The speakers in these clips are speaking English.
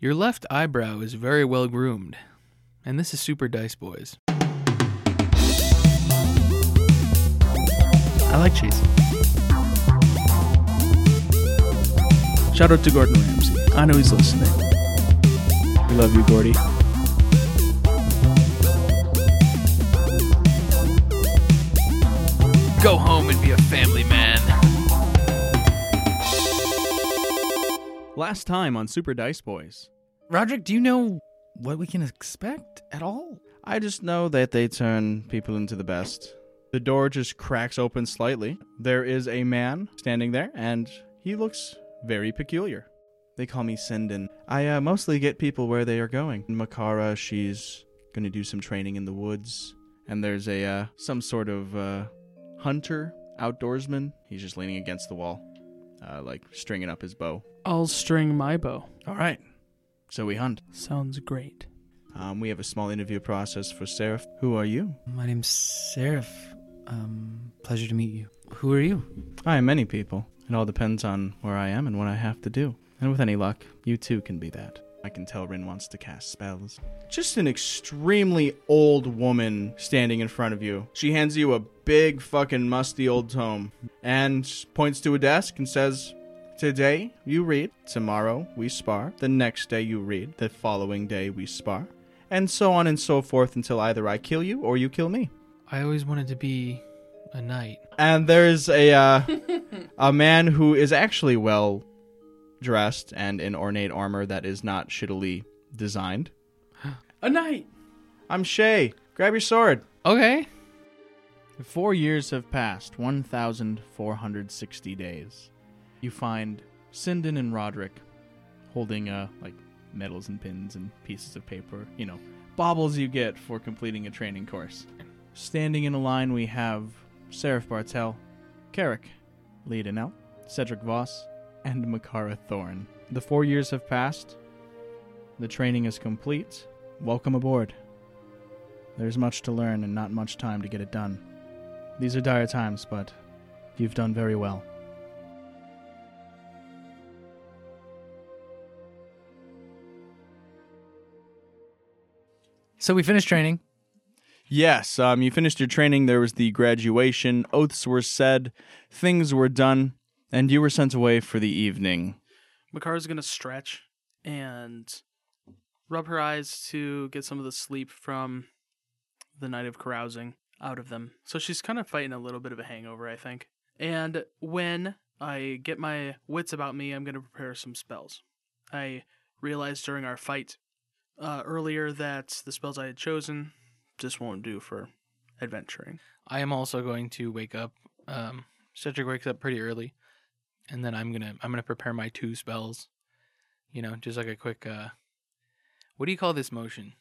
Your left eyebrow is very well groomed. And this is Super Dice Boys. I like cheese. Shout out to Gordon Ramsay. I know he's listening. We love you, Gordy. Go home and be a family man. Last time on Super Dice Boys, Roderick, do you know what we can expect at all? I just know that they turn people into the best. The door just cracks open slightly. There is a man standing there, and he looks very peculiar. They call me Sendin. I uh, mostly get people where they are going. Makara, she's going to do some training in the woods, and there's a uh, some sort of uh, hunter outdoorsman. He's just leaning against the wall, uh, like stringing up his bow. I'll string my bow. All right, so we hunt. Sounds great. Um, we have a small interview process for Seraph. Who are you? My name's Seraph. Um, pleasure to meet you. Who are you? I am many people. It all depends on where I am and what I have to do. And with any luck, you too can be that. I can tell Rin wants to cast spells. Just an extremely old woman standing in front of you. She hands you a big fucking musty old tome and points to a desk and says, Today you read, tomorrow we spar, the next day you read, the following day we spar, and so on and so forth until either I kill you or you kill me. I always wanted to be a knight. and there's a uh, a man who is actually well dressed and in ornate armor that is not shittily designed. A knight! I'm Shay. Grab your sword. Okay. Four years have passed, 1,460 days. You find Sindon and Roderick holding, uh, like, medals and pins and pieces of paper, you know, baubles you get for completing a training course. Standing in a line, we have Seraph Bartel, Carrick, Leodanel, Cedric Voss, and Makara Thorne. The four years have passed. The training is complete. Welcome aboard. There's much to learn and not much time to get it done. These are dire times, but you've done very well. So we finished training. Yes, um, you finished your training. There was the graduation. Oaths were said. Things were done. And you were sent away for the evening. Makara's gonna stretch and rub her eyes to get some of the sleep from the night of carousing out of them. So she's kind of fighting a little bit of a hangover, I think. And when I get my wits about me, I'm gonna prepare some spells. I realized during our fight uh, earlier that the spells I had chosen just won't do for adventuring. I am also going to wake up. Um, Cedric wakes up pretty early, and then I'm gonna I'm gonna prepare my two spells. You know, just like a quick. Uh, what do you call this motion?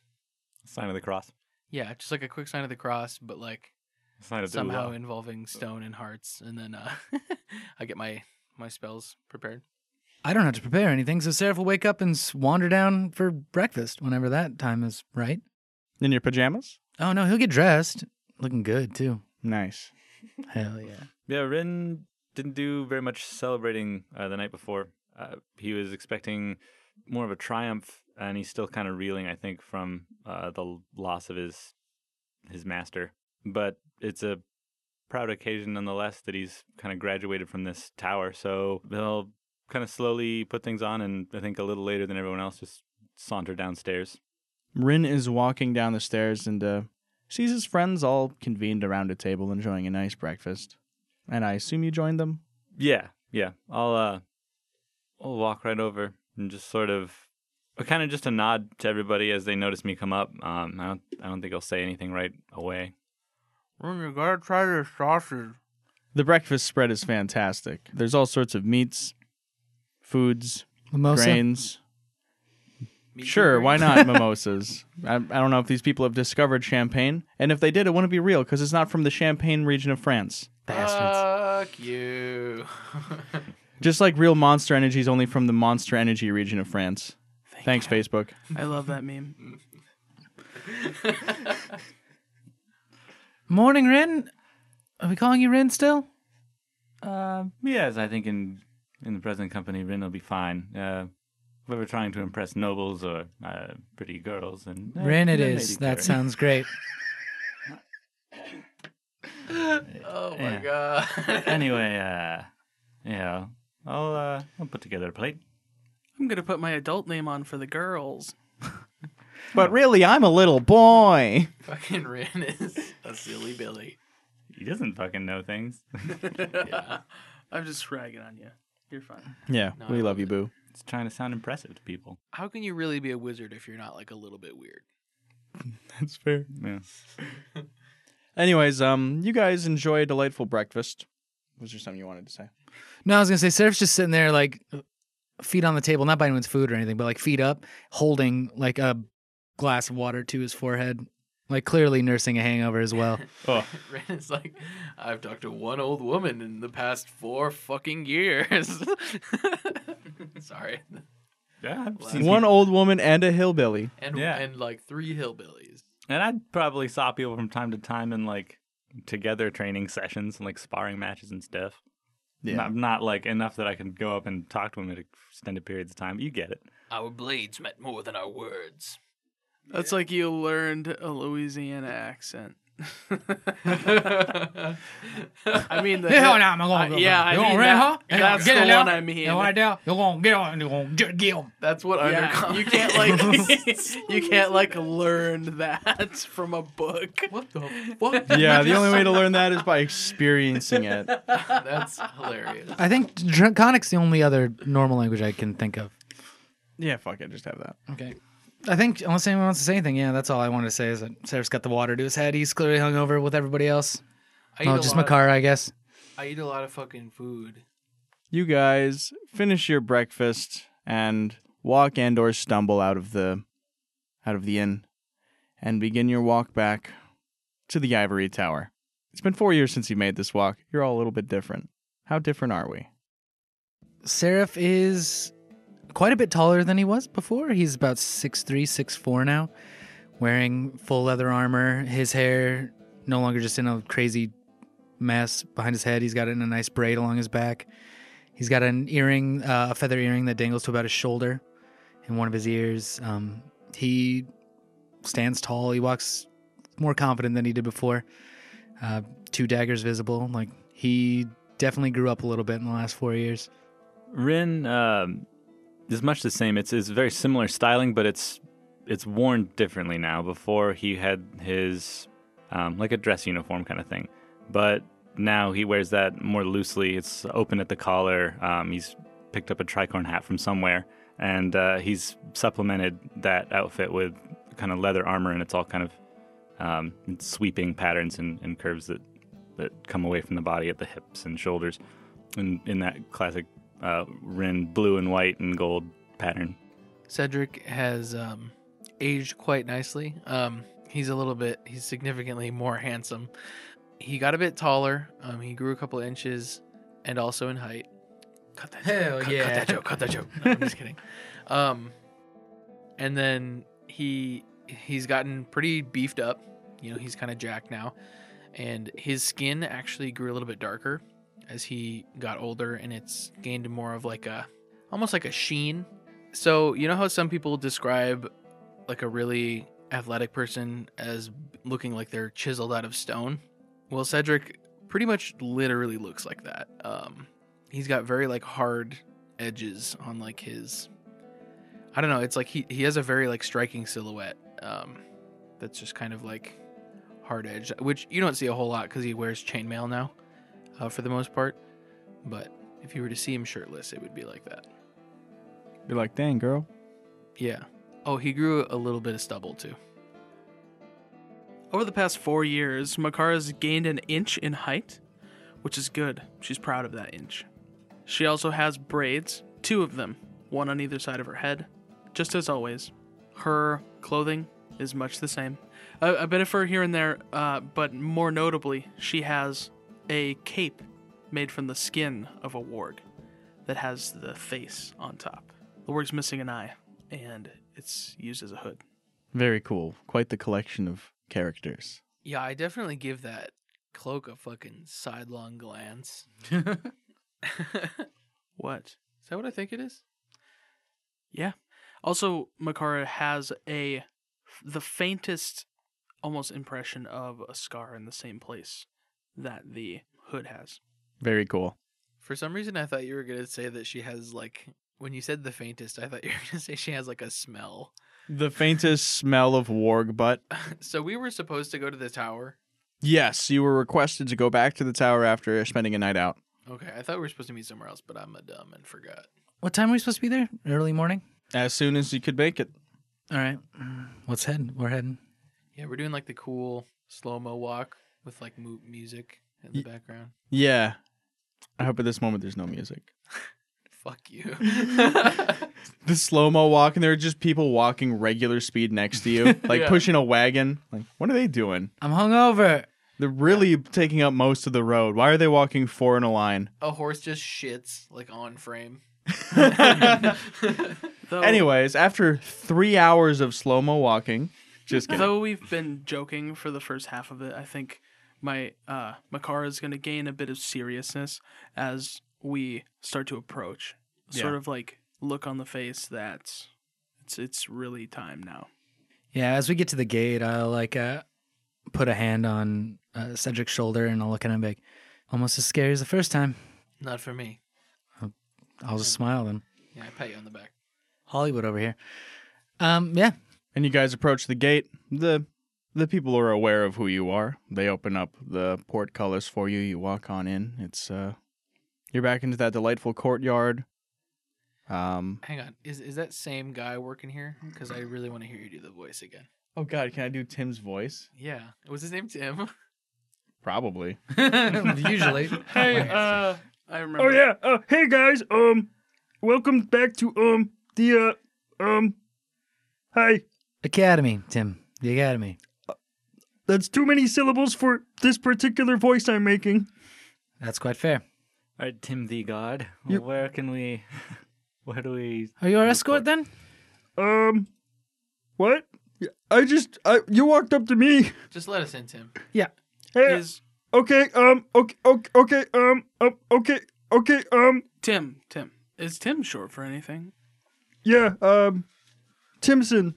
Sign of the cross. Yeah, just like a quick sign of the cross, but like Sign of the somehow Ulah. involving stone and hearts, and then uh, I get my my spells prepared. I don't have to prepare anything, so Seraph will wake up and s- wander down for breakfast whenever that time is right. In your pajamas? Oh no, he'll get dressed, looking good too. Nice. Hell yeah. Yeah, Rin didn't do very much celebrating uh, the night before. Uh, he was expecting more of a triumph, and he's still kind of reeling, I think, from uh, the l- loss of his his master. But it's a proud occasion nonetheless that he's kind of graduated from this tower. So he'll kind of slowly put things on, and I think a little later than everyone else, just saunter downstairs. Rin is walking down the stairs and uh, sees his friends all convened around a table enjoying a nice breakfast. And I assume you joined them? Yeah, yeah. I'll uh I'll walk right over and just sort of kind of just a nod to everybody as they notice me come up. Um I don't I don't think I'll say anything right away. you gotta try this sausage. The breakfast spread is fantastic. There's all sorts of meats, foods, Mimosa. grains. Sure, why not mimosas? I, I don't know if these people have discovered champagne, and if they did, it wouldn't be real because it's not from the Champagne region of France. Bastards. Fuck you. Just like real Monster Energy is only from the Monster Energy region of France. Thanks, Facebook. I love that meme. Morning, Ren. Are we calling you Ren still? Yes, I think in in the present company Rin will be fine. Uh we were trying to impress nobles or uh, pretty girls, and eh, Rin it then is. Lady That Karen. sounds great. Oh my god. Anyway, uh, yeah, I'll uh, I'll put together a plate. I'm gonna put my adult name on for the girls. But really, I'm a little boy. Fucking Rin is a silly Billy. He doesn't fucking know things. I'm just ragging on you. You're fine. Yeah, No, I we love love you, boo. It's trying to sound impressive to people. How can you really be a wizard if you're not like a little bit weird? That's fair. Yeah. Anyways, um, you guys enjoy a delightful breakfast. Was there something you wanted to say? No, I was gonna say Seraph's just sitting there like uh, feet on the table, not by anyone's food or anything, but like feet up, holding like a glass of water to his forehead. Like clearly nursing a hangover as well. Oh, Rin is like, I've talked to one old woman in the past four fucking years. Sorry. yeah. I've Wow. seen One people- old woman and a hillbilly. And Yeah. and like three hillbillies. and I probably saw people from time to time in like together training sessions and like sparring matches and stuff. Not, not like enough that I can go up and talk to him at extended periods of time. but You get it. Our blades met more than our words. That's like you learned a Louisiana accent. I mean, the Yeah, now I'm Uh, gonna- yeah, I you mean gonna run, that- huh? You that's gonna get the it one now? I mean. You know what I do? You're gonna get on. You're gonna get, get 'em. That's what Yeah, you can't like you can't like learn that from a book. What the fuck? Yeah, the only way to learn that is by experiencing it. That's hilarious. I think Draconic's the only other normal language I can think of. Yeah, fuck it, just have that. Okay. I think unless anyone wants to say anything, yeah, that's all I wanted to say is that Seraph's got the water to his head. He's clearly hungover with everybody else. I eat Oh, a just lot of- Makara, I guess. I eat a lot of fucking food. You guys finish your breakfast and walk and or stumble out of the out of the inn and begin your walk back to the ivory tower. It's been 4 years since you made this walk. You're all a little bit different. How different are we? Seraph is quite a bit taller than he was before. He's about 6'3, 6'4 now, wearing full leather armor. His hair no longer just in a crazy mess behind his head. He's got it in a nice braid along his back. He's got an earring, uh, a feather earring that dangles to about his shoulder in one of his ears. Um, he stands tall. He walks more confident than he did before. Uh, two daggers visible. Like, he definitely grew up a little bit in the last four years. Rin um, is much the same. It's it's very similar styling, but it's it's worn differently now. Before he had his um, like a dress uniform kind of thing, but now he wears that more loosely. It's open at the collar. Um, he's picked up a tricorn hat from somewhere, and uh, he's supplemented that outfit with kind of leather armor, and it's all kind of um, sweeping patterns and, and curves that that come away from the body at the hips and shoulders, and in that classic uh, Rin blue and white and gold pattern. Cedric has um, aged quite nicely. Um, he's a little bit, he's significantly more handsome. He got a bit taller. Um, he grew a couple inches and also in height. Cut that joke. Hell cut, yeah. cut that joke. Cut that joke. No, I'm just kidding. Um, and then he he's gotten pretty beefed up. You know, he's kind of jacked now, and his skin actually grew a little bit darker as he got older, and it's gained more of like a almost like a sheen so you know how some people describe like a really athletic person as looking like they're chiseled out of stone? Well, Cedric pretty much literally looks like that. Um, he's got very like hard edges on like his. I don't know. It's like he he has a very like striking silhouette. Um, that's just kind of like hard edge, which you don't see a whole lot because he wears chainmail now, uh, for the most part. But if you were to see him shirtless, it would be like that. You're like, "Dang, girl." Yeah. Oh, he grew a little bit of stubble too. Over the past four years, Makara's gained an inch in height, which is good. She's proud of that inch. She also has braids, two of them, one on either side of her head. Just as always, her clothing is much the same. A, a bit of fur here and there, uh, but more notably, she has a cape made from the skin of a warg that has the face on top. The warg's missing an eye, and it's used as a hood. Very cool. Quite the collection of characters. Yeah, I definitely give that cloak a fucking sidelong glance. Is What? that what I think it is? Yeah. Also, Makara has a the faintest, almost impression of a scar in the same place that the hood has. Very cool. For some reason, I thought you were gonna say that she has like when you said the faintest, I thought you were gonna say she has like a smell. The faintest smell of warg butt. So we were supposed to go to the tower. Yes, you were requested to go back to the tower after spending a night out. Okay, I thought we were supposed to meet somewhere else, but I'm a dumb and forgot. What time are we supposed to be there? Early morning? As soon as you could make it. All right. Let's head. We're heading. Yeah, we're doing like the cool slow mo walk with like mu- music in the background. Yeah. I hope at this moment there's no music. Fuck you. The slow mo walk, and there are just people walking regular speed next to you, like Yeah. pushing a wagon. Like, what are they doing? I'm hungover. They're really taking up most of the road. Why are they walking four in a line? a horse just shits like on frame. Though, Anyways, after three hours of slow mo walking, just kidding. though we've been joking for the first half of it, I think my uh, Makara is going to gain a bit of seriousness as we start to approach. Sort Yeah. of like look on the face that it's it's really time now. Yeah, as we get to the gate, I'll like uh, put a hand on uh, Cedric's shoulder and I'll look at him like, almost as scary as the first time. Not for me. I'll just smile then. Yeah, I pat you on the back. Hollywood over here. Um, yeah, and you guys approach the gate. The the people are aware of who you are. They open up the portcullis for you. You walk on in. It's uh you're back into that delightful courtyard. Um Hang on, is is that same guy working here? Because I really want to hear you do the voice again. Oh god, can I do Tim's voice? Yeah, was his name Tim? Probably. usually. Hey, uh, I remember. Uh, hey guys. Um welcome back to um the uh um Hi. Academy, Tim. The Academy. That's too many syllables for this particular voice I'm making. That's quite fair. All right, Tim the God, You- where can we? Where do we? Are you our escort then? Um what? I just I you walked up to me. Just let us in, Tim. Hey, Is Okay, um, okay, okay, okay, um, um, okay, okay, um, Tim Tim is Tim short for anything? yeah, um, Timson.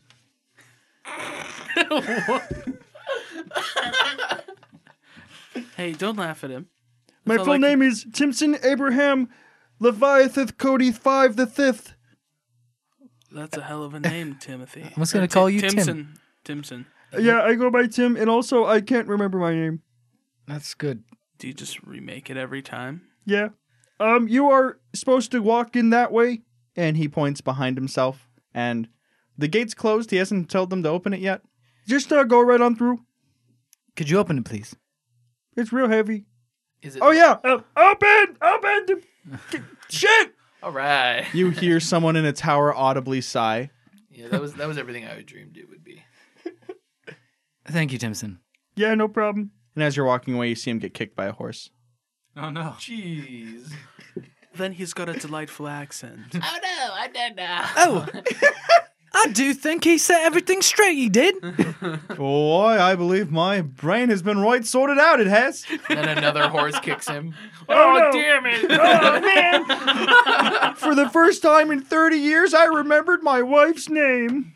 Hey, don't laugh at him. My So, full like- name is Timson Abraham Leviathan Cody Five the Fifth. That's a hell of a name, Timothy. I was gonna call you Tim. Timson. Timson. Yeah, I go by Tim, and also I can't remember my name. That's good. Do you just remake it every time? Yeah, um, you are supposed to walk in that way. And he points behind himself, and the gate's closed. He hasn't told them to open it yet. Just uh, go right on through. Could you open it, please? It's real heavy. Is it? Oh yeah, uh, open, open. Shit. All right. You hear someone in a tower audibly sigh. Yeah, that was that was everything I dreamed it would be. Thank you, Timson. Yeah, no problem. And as you're walking away, you see him get kicked by a horse. Oh no! Jeez. Then he's got a delightful accent. Oh no, I don't know. Oh! I do think he set everything straight, he did. Mm-hmm. Boy, I believe my brain has been right sorted out. It has. then another horse kicks him. Oh, no. Oh, damn it! Oh, For the first time in 30 years, I remembered my wife's name.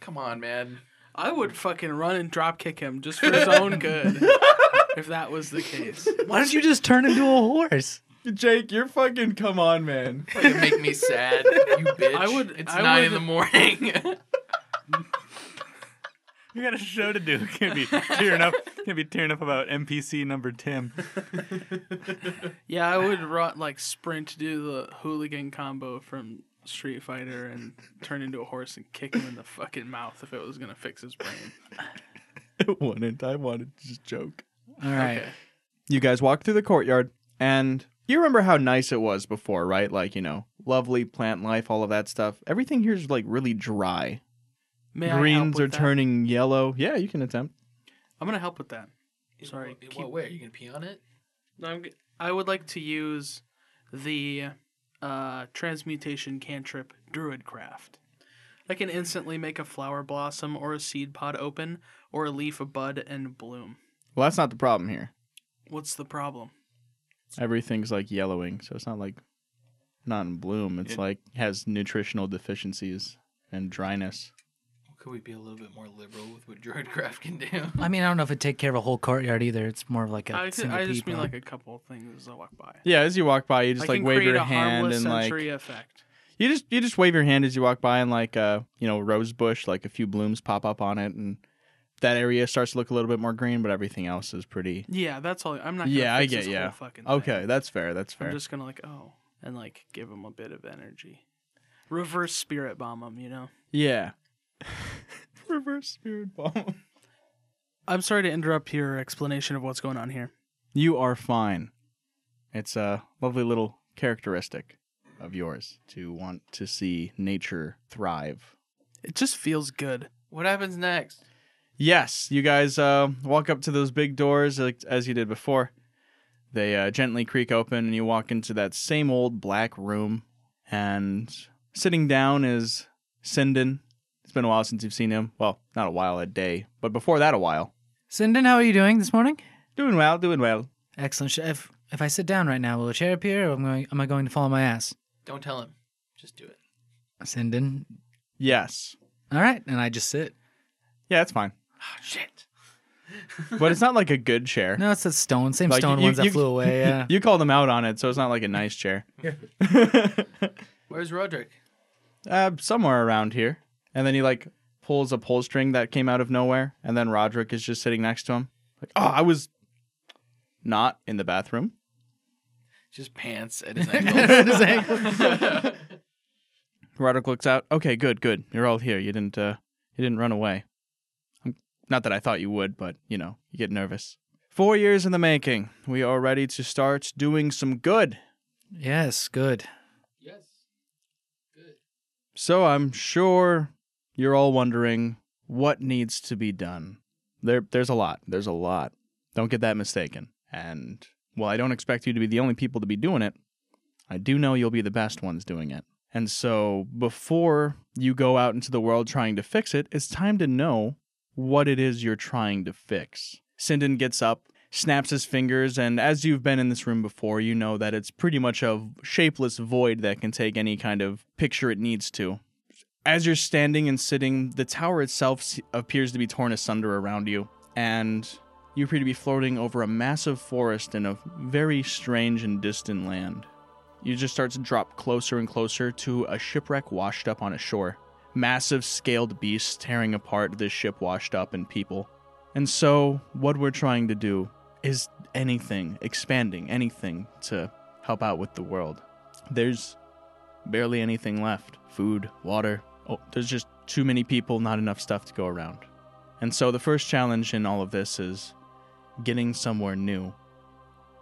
Come on, man. I would fucking run and drop kick him just for his own good. if that was the case. Why don't you just turn into a horse? Jake, you're fucking come on, man. You make me sad, you bitch. I would- It's I nine would- in the morning. You got a show to do. Can't be tearing up. Can't be tearing up about NPC number Tim. Yeah, I would run like sprint to do the hooligan combo from Street Fighter and turn into a horse and kick him in the fucking mouth if it was gonna fix his brain. It wouldn't. I wanted to just joke. All right. Okay. You guys walk through the courtyard, and you remember how nice it was before, right? Like, you know, lovely plant life, all of that stuff. Everything here is like really dry. May I help Greens with are that? turning yellow. Yeah, you can attempt. I'm gonna help with that. Sorry, In keep- what way? Are you gonna pee on it? No, I'm, g- I would like to use the uh, transmutation cantrip Druidcraft. I can instantly make a flower blossom or a seed pod open or a leaf a bud and bloom. Well, that's not the problem here. What's the problem? Everything's like yellowing, so it's not like not in bloom. It's It- like has nutritional deficiencies and dryness. Could we be a little bit more liberal with what Druidcraft can do? I mean, I don't know if it'd take care of a whole courtyard either. It's more of like a I, ju- single I just peat mean pond. like a couple of things as I walk by. Yeah, as you walk by, you just I like can wave create your a hand harmless and like sensory effect. you just you just wave your hand as you walk by and like uh you know rose bush like a few blooms pop up on it and that area starts to look a little bit more green, but everything else is pretty. Yeah, that's all. I'm not. Gonna Yeah, I fix get- This whole yeah. fucking thing. Okay, that's fair. That's fair. I'm just gonna like oh, and like give him a bit of energy. Reverse spirit bomb him, you know. Yeah. Reverse spirit bomb. I'm sorry to interrupt your explanation of what's going on here. You are fine. It's a lovely little characteristic of yours to want to see nature thrive. It just feels good. what happens next? Yes, you guys uh, walk up to those big doors like, as you did before. They uh, gently creak open, and you walk into that same old black room. And sitting down is Sindon. It's been a while since you've seen him. Well, not a while, a day, but before that, a while. Sindon, how are you doing this morning? Doing well, doing well. Excellent. Sh- If if I sit down right now, will a chair appear, or am I, am I going to fall on my ass? Don't tell him. Just do it. Sindon, Yes. all right, and I just sit. Yeah, it's fine. Oh, shit. but it's not like a good chair. No, it's that stone, same Like, stone you- ones you- that flew away. Yeah. You called him out on it, so it's not like a nice chair. Where's Roderick? uh, somewhere around here. And then he like pulls a pull string that came out of nowhere, and then Roderick is just sitting next to him. Like, oh, I was not in the bathroom. Just pants at his ankles. Roderick looks out. Okay, good, good. You're all here. You didn't uh you didn't run away. I'm, not that I thought you would, but you know, you get nervous. Four years in the making. We are ready to start doing some good. yes, good. yes. Good. So I'm sure you're all wondering what needs to be done. There there's a lot. There's a lot. Don't get that mistaken. And while I don't expect you to be the only people to be doing it, I do know you'll be the best ones doing it. And so before you go out into the world trying to fix it, it's time to know what it is you're trying to fix. Sindon gets up, snaps his fingers, and as you've been in this room before, you know that it's pretty much a shapeless void that can take any kind of picture it needs to. As you're standing and sitting, the tower itself s- appears to be torn asunder around you, and you appear to be floating over a massive forest in a very strange and distant land. You just start to drop closer and closer to a shipwreck washed up on a shore. Massive scaled beasts tearing apart this ship washed up and people. And so, what we're trying to do is anything, expanding anything to help out with the world. There's barely anything left food, water. Oh, there's just too many people, not enough stuff to go around. And so, the first challenge in all of this is getting somewhere new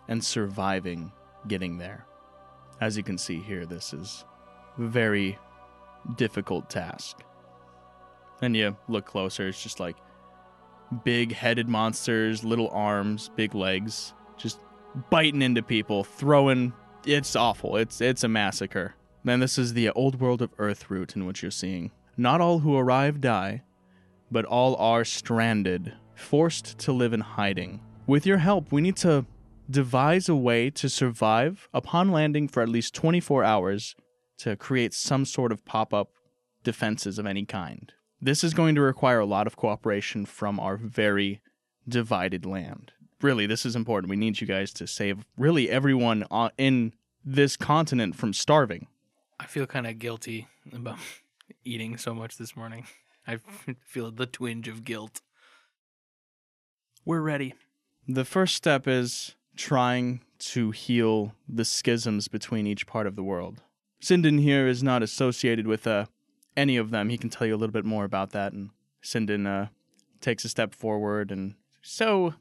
and surviving getting there. As you can see here, this is a very difficult task. And you look closer, it's just like big headed monsters, little arms, big legs, just biting into people, throwing it's awful. It's it's a massacre. Then this is the old world of Earth route in which you're seeing. Not all who arrive die, but all are stranded, forced to live in hiding. With your help, we need to devise a way to survive upon landing for at least 24 hours to create some sort of pop up defenses of any kind. This is going to require a lot of cooperation from our very divided land. Really, this is important. We need you guys to save really everyone on- in this continent from starving. I feel kind of guilty about eating so much this morning. I feel the twinge of guilt. We're ready. The first step is trying to heal the schisms between each part of the world. Sindon here is not associated with uh, any of them. He can tell you a little bit more about that. And Sindon uh, takes a step forward, and so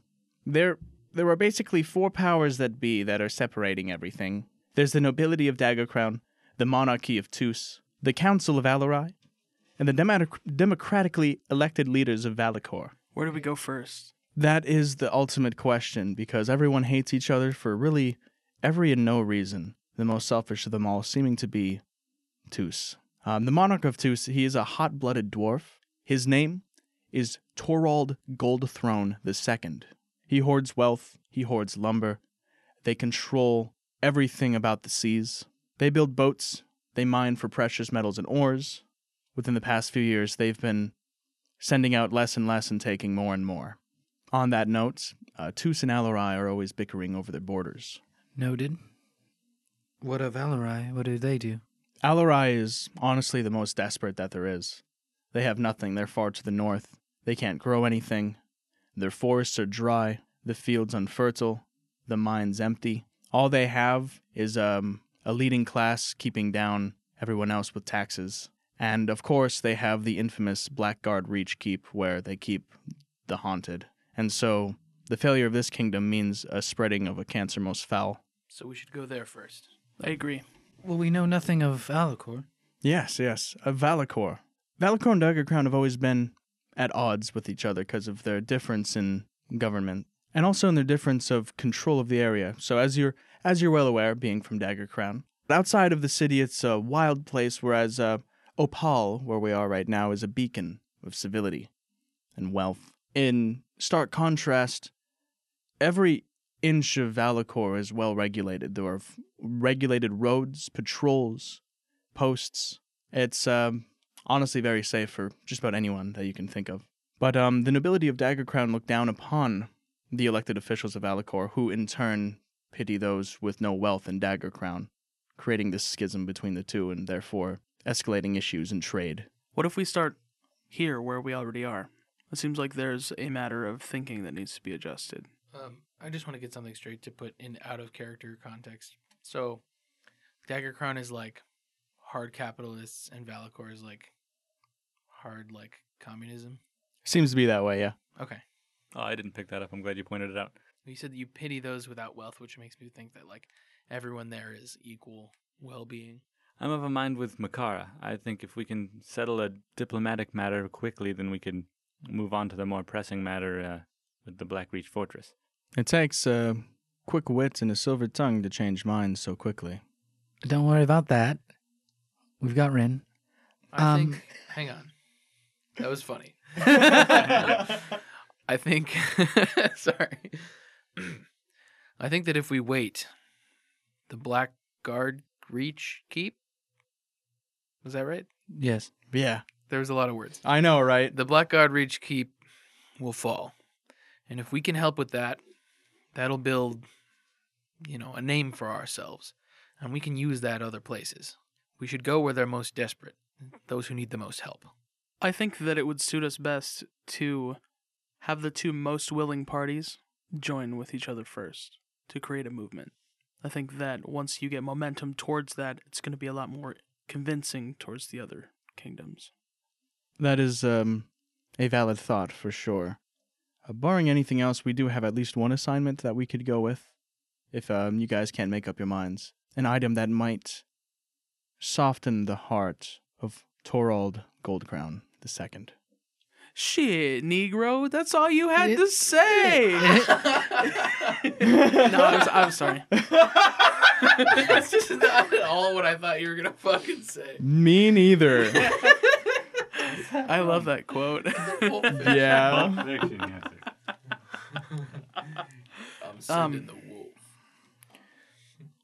there there are basically four powers that be that are separating everything. There's the nobility of Daggercrown, the monarchy of Tus, the council of Alarai, and the dematic- democratically elected leaders of Valakor. Where do we go first? That is the ultimate question because everyone hates each other for really every and no reason. The most selfish of them all seeming to be Tus. Um, the monarch of Tus, he is a hot blooded dwarf. His name is Torald Goldthrone II. He hoards wealth, he hoards lumber. They control everything about the seas. They build boats, they mine for precious metals and ores. Within the past few years, they've been sending out less and less and taking more and more. On that note, uh, Tus and Alarai are always bickering over their borders. Noted. What of Alarai? What do they do? Alarai is honestly the most desperate that there is. They have nothing, they're far to the north. They can't grow anything. Their forests are dry, the fields unfertile, the mines empty. All they have is um, a leading class keeping down everyone else with taxes. And of course, they have the infamous Blackguard Reach Keep where they keep the haunted. And so the failure of this kingdom means a spreading of a cancer most foul. So we should go there first. I agree. Well, we know nothing of Alacor. Yes, yes. Uh, Valakor. Valakor and Dagger Crown have always been at odds with each other because of their difference in government and also in their difference of control of the area. So as you're as you're well aware, being from Dagger Crown, outside of the city, it's a wild place, whereas uh, Opal, where we are right now, is a beacon of civility and wealth. In stark contrast, every inch of Valakor is well regulated. There are f- regulated roads, patrols, posts. It's um, honestly very safe for just about anyone that you can think of. But um, the nobility of Dagger Crown look down upon the elected officials of Alacor, who in turn pity those with no wealth in Dagger Crown, creating this schism between the two and therefore escalating issues in trade. What if we start here where we already are? It seems like there's a matter of thinking that needs to be adjusted. Um, I just want to get something straight to put in out of character context. So, Dagger Crown is like hard capitalists, and Valakor is like hard like communism. Seems to be that way, yeah. Okay. Oh, I didn't pick that up. I'm glad you pointed it out. You said that you pity those without wealth, which makes me think that like everyone there is equal well-being. I'm of a mind with Makara. I think if we can settle a diplomatic matter quickly, then we can move on to the more pressing matter uh, with the Blackreach Fortress. It takes a quick wit and a silver tongue to change minds so quickly. Don't worry about that. We've got Rin. I Um, think. Hang on, that was funny. I think. sorry. I think that if we wait, the Blackguard reach keep. Was that right? Yes. Yeah, There was a lot of words. I know, right? The Blackguard reach keep will fall, and if we can help with that, that'll build, you know, a name for ourselves, and we can use that other places. We should go where they're most desperate, those who need the most help. I think that it would suit us best to have the two most willing parties join with each other first to create a movement. I think that once you get momentum towards that, it's going to be a lot more convincing towards the other kingdoms. That is um, a valid thought for sure. Uh, barring anything else, we do have at least one assignment that we could go with if um, you guys can't make up your minds. An item that might soften the heart of Torald Goldcrown II. Shit, Negro, that's all you had to say. no, I'm, s- I'm sorry. That's just not at all what I thought you were gonna fucking say. Me neither. I love that quote. yeah. I'm sending the wolf.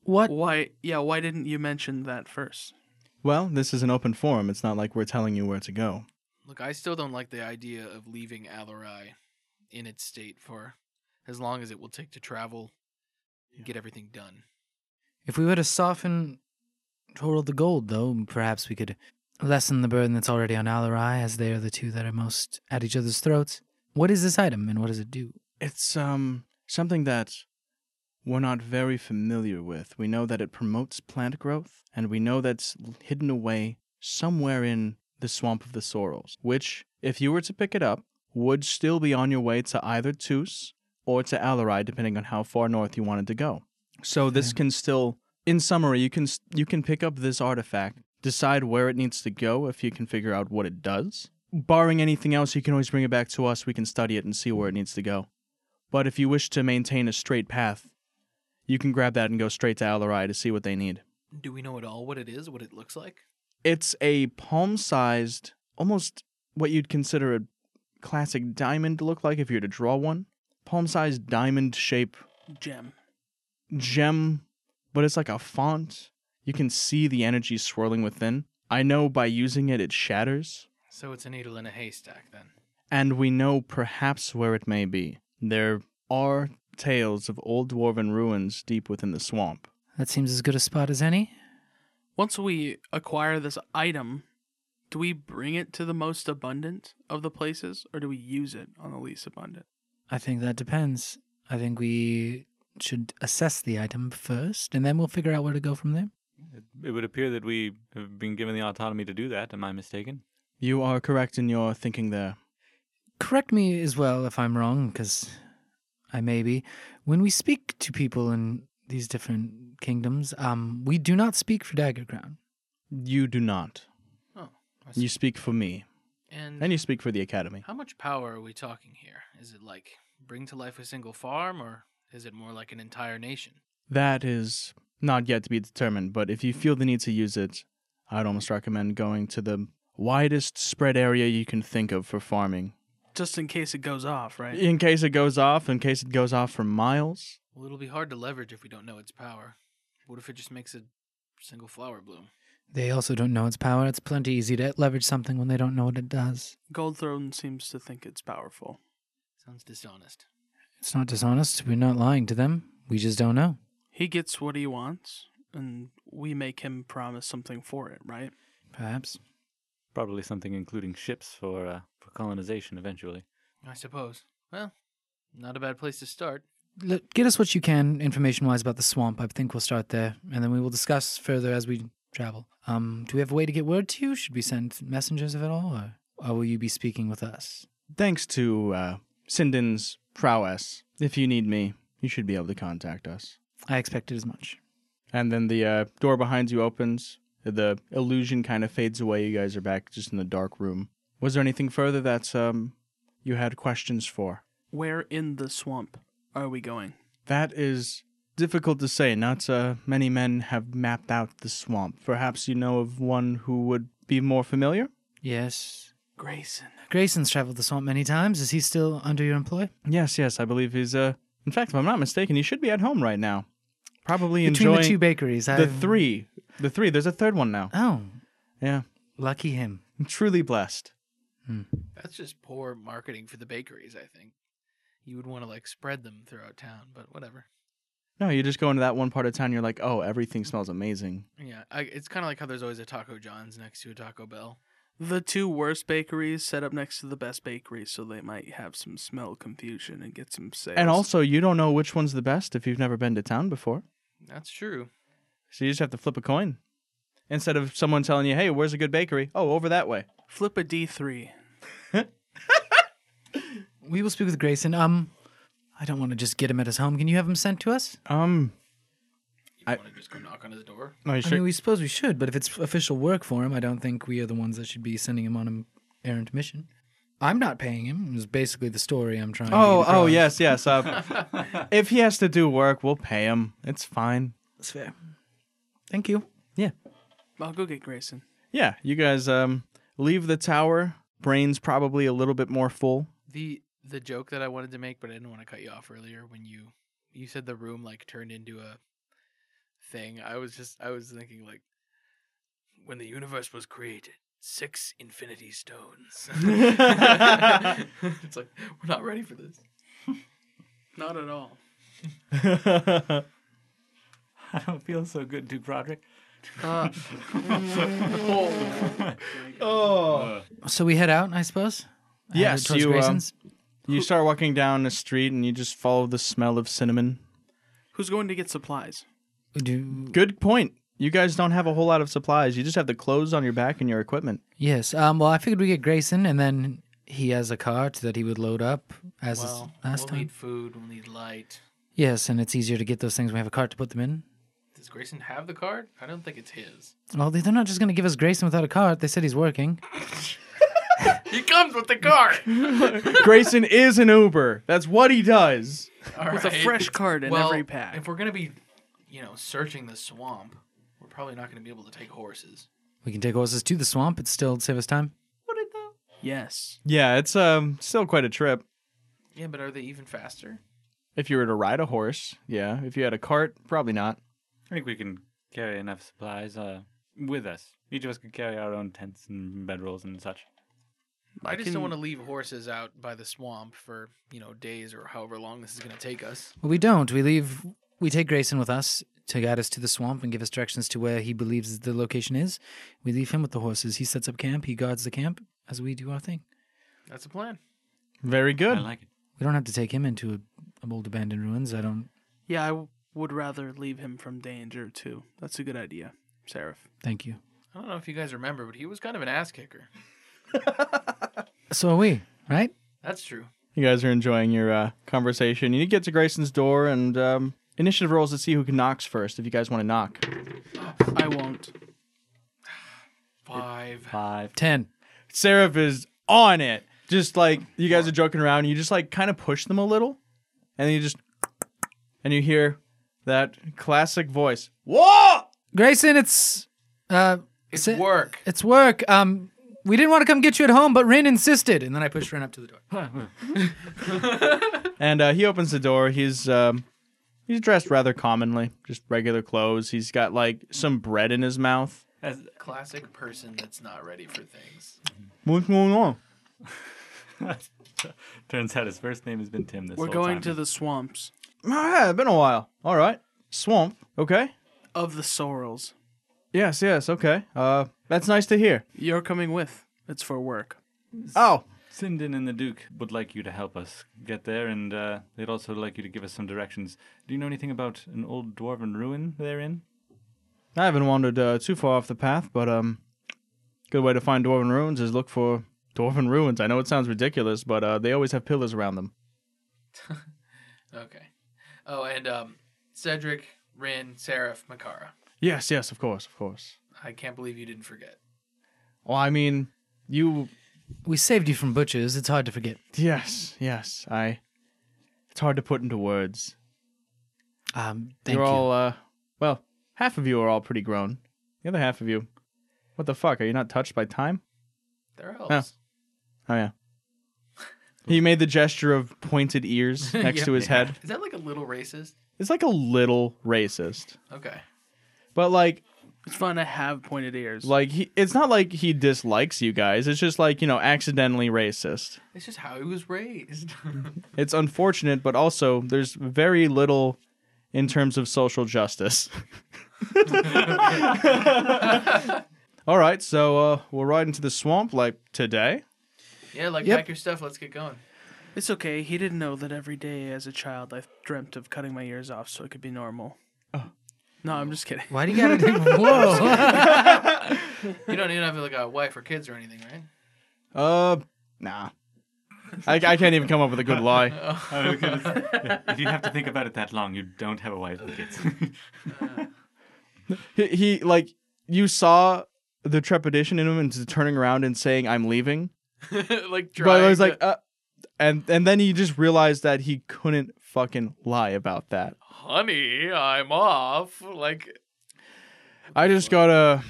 What? why? Yeah, why didn't you mention that first? Well, this is an open forum. It's not like we're telling you where to go. Look, I still don't like the idea of leaving Alarai in its state for as long as it will take to travel and get everything done. If we were to soften Total the Gold, though, perhaps we could lessen the burden that's already on Alarai, as they are the two that are most at each other's throats. What is this item, and what does it do? It's um something that we're not very familiar with. We know that it promotes plant growth, and we know that's l- hidden away somewhere in the swamp of the sorrels, which, if you were to pick it up, would still be on your way to either Tus or to Alarai, depending on how far north you wanted to go. So this can still, in summary, you can s- you can pick up this artifact, decide where it needs to go if you can figure out what it does. Barring anything else, you can always bring it back to us. We can study it and see where it needs to go. But if you wish to maintain a straight path, you can grab that and go straight to Alarai to see what they need. Do we know at all what it is, what it looks like? It's a palm sized, almost what you'd consider a classic diamond to look like if you were to draw one. Palm sized diamond shape Gem. gem, but it's like a font. You can see the energy swirling within. I know by using it, it shatters, So it's a needle in a haystack then. and we know perhaps where it may be. There are tales of old dwarven ruins deep within the swamp. That seems as good a spot as any. Once we acquire this item, do we bring it to the most abundant of the places or do we use it on the least abundant? I think that depends. I think we should assess the item first, and then we'll figure out where to go from there. It would appear that we have been given the autonomy to do that. Am I mistaken? You are correct in your thinking there. Correct me as well if I'm wrong, because I may be. When we speak to people in these different kingdoms, um, we do not speak for Dagger Crown. You do not. Oh, I see. You speak for me, and and you speak for the academy. how much power are we talking here? Is it like bring to life a single farm, or is it more like an entire nation? That is not yet to be determined, but if you feel the need to use it, I'd almost recommend going to the widest spread area you can think of for farming. Just in case it goes off, right? In case it goes off, in case it goes off for miles, Well, it'll be hard to leverage if we don't know its power. What if it just makes a single flower bloom? They also don't know its power. It's plenty easy to leverage something when they don't know what it does. Gold Throne seems to think it's powerful. Sounds dishonest. It's not dishonest. We're not lying to them. We just don't know. He gets what he wants and we make him promise something for it, right? Perhaps. Probably something including ships for uh, for colonization eventually. I suppose. Well, not a bad place to start. L- Get us what you can, information wise, about the swamp. I think we'll start there, and then we will discuss further as we travel. Um, do we have a way to get word to you? Should we send messengers of it all, or, or will you be speaking with us? thanks to uh, Sindin's prowess, if you need me, you should be able to contact us. I expected as much. And then the uh, door behind you opens. The illusion kind of fades away. You guys are back just in the dark room. Was there anything further that um, you had questions for? Where in the swamp are we going? That is difficult to say. Not uh, many men have mapped out the swamp. Perhaps you know of one who would be more familiar? Yes. Grayson. Grayson's traveled the swamp many times. Is he still under your employ? Yes, yes, I believe he's. Uh, in fact, if I'm not mistaken, he should be at home right now. Probably Between enjoying the two bakeries, the three. The three. There's a third one now. Oh, Yeah, lucky him. truly blessed. That's just poor marketing for the bakeries, I think. You would want to like spread them throughout town, but whatever. No, you just go into that one part of town. You're like, oh, everything smells amazing. Yeah, I, it's kind of like how there's always a Taco John's next to a Taco Bell. The two worst bakeries set up next to the best bakery, so they might have some smell confusion and get some sales. And also, you don't know which one's the best if you've never been to town before. That's true. So you just have to flip a coin. Instead of someone telling you, hey, where's a good bakery? Oh, over that way. flip a D three. We will speak with Grayson. Um, I don't want to just get him at his home. Can you have him sent to us? Um, You I- want to just go knock on his door? are you I sure? mean, we suppose we should, but if it's official work for him, I don't think we are the ones that should be sending him on an errant mission. I'm not paying him. Is basically the story I'm trying. to get oh, oh, across. yes, yes. Uh, if he has to do work, we'll pay him. It's fine. that's fair. Thank you. Yeah. I'll go get Grayson. Yeah, you guys um, leave the tower. Brain's probably a little bit more full. The the joke that I wanted to make, but I didn't want to cut you off earlier when you you said the room like turned into a thing. I was just I was thinking like when the universe was created, six infinity stones. it's like we're not ready for this. Not at all. I don't feel so good, Duke Roderick. So we head out, I suppose. Uh, Yes, towards you, um, Grayson's. You start walking down the street and you just follow the smell of cinnamon. Who's going to get supplies? Do, Good point. You guys don't have a whole lot of supplies. You just have the clothes on your back and your equipment. yes. Um. Well, I figured we get Grayson, and then he has a cart that he would load up as is Well, last we'll time. need food. We'll need light. Yes, and it's easier to get those things when we have a cart to put them in. Does Grayson have the card? I don't think it's his. Well, they- they're not just going to give us Grayson without a cart. They said he's working. He comes with the card. Grayson is an Uber. That's what he does. All With a right. fresh card in Well, every pack. If we're gonna be, you know, searching the swamp, we're probably not gonna be able to take horses. We can take horses to the swamp. It still save us time. Yes. Yeah, it's um still quite a trip. Yeah, but are they even faster? If you were to ride a horse, yeah. If you had a cart, probably not. I think we can carry enough supplies uh, with us. Each of us could carry our own tents and bedrolls and such. I, just can- don't want to leave horses out by the swamp for you know days or however long this is going to take us. Well, we don't. We leave. We take Grayson with us to guide us to the swamp and give us directions to where he believes the location is. We leave him with the horses. He sets up camp. He guards the camp as we do our thing. That's a plan. Very good. I like it. We don't have to take him into a, a old abandoned ruins. I don't. Yeah, I w- would rather leave him from danger too. That's a good idea, Seraph. Thank you. I don't know if you guys remember, but he was kind of an ass kicker. So are we, right? That's true. You guys are enjoying your uh, conversation. You get to Grayson's door, and um, initiative rolls to see who knocks first. If you guys want to knock, I won't. Five. Five. Ten. Seraph is on it. Just like you guys are joking around, and you just like kind of push them a little, and then you just and you hear that classic voice. Whoa! Grayson, it's uh, It's Sit- work. it's work. Um, we didn't want to come get you at home, but Rin insisted, and then I pushed Rin up to the door. And uh, he opens the door. He's um, he's dressed rather commonly, just regular clothes. He's got like some bread in his mouth. As, Classic person that's not ready for things. What's going on? turns out his first name has been Tim this We're whole going time. to the swamps Oh, yeah, it's been a while. All right, swamp. Okay. of the sorrels. Yes, yes, okay. Uh, that's nice to hear. You're coming with. It's for work. Oh, Sindin and the Duke would like you to help us get there, and uh, they'd also like you to give us some directions. Do you know anything about an old dwarven ruin they're in? I haven't wandered uh, too far off the path, but um, good way to find dwarven ruins is look for dwarven ruins. I know it sounds ridiculous, but uh, they always have pillars around them. Okay. Oh, and um, Cedric, Rin, Seraph, Makara. Yes, yes, of course, of course. I can't believe you didn't forget. Well, I mean, you. We saved you from butchers. It's hard to forget. Yes, yes. I. It's hard to put into words. Um, thank You're you. all uh, well, half of you are all pretty grown. The other half of you, what the fuck? Are you not touched by time? They're elves. Oh yeah. He made the gesture of pointed ears next Yeah. to his head. Is that like a little racist? It's like a little racist. Okay. But like It's fun to have pointed ears. like he it's not like he dislikes you guys. It's just like, you know, accidentally racist. It's just how he was raised. It's unfortunate, but also there's very little in terms of social justice. All right, so uh, we're right into the swamp like today. yeah, like Yep. pack your stuff. Let's get going. It's okay. He didn't know that every day as a child I dreamt of cutting my ears off so it could be normal. Oh. No, I'm just kidding. Why do you gotta do? Whoa! You don't even have like a wife or kids or anything, right? Uh, nah. I, I can't even come up with a good lie. if you have to think about it that long, you don't have a wife or kids. he, he like you saw the trepidation in him and turning around and saying I'm leaving. like But I was trying like uh, and and then he just realized that he couldn't fucking lie about that. to, honey, I'm off. Like, I just got to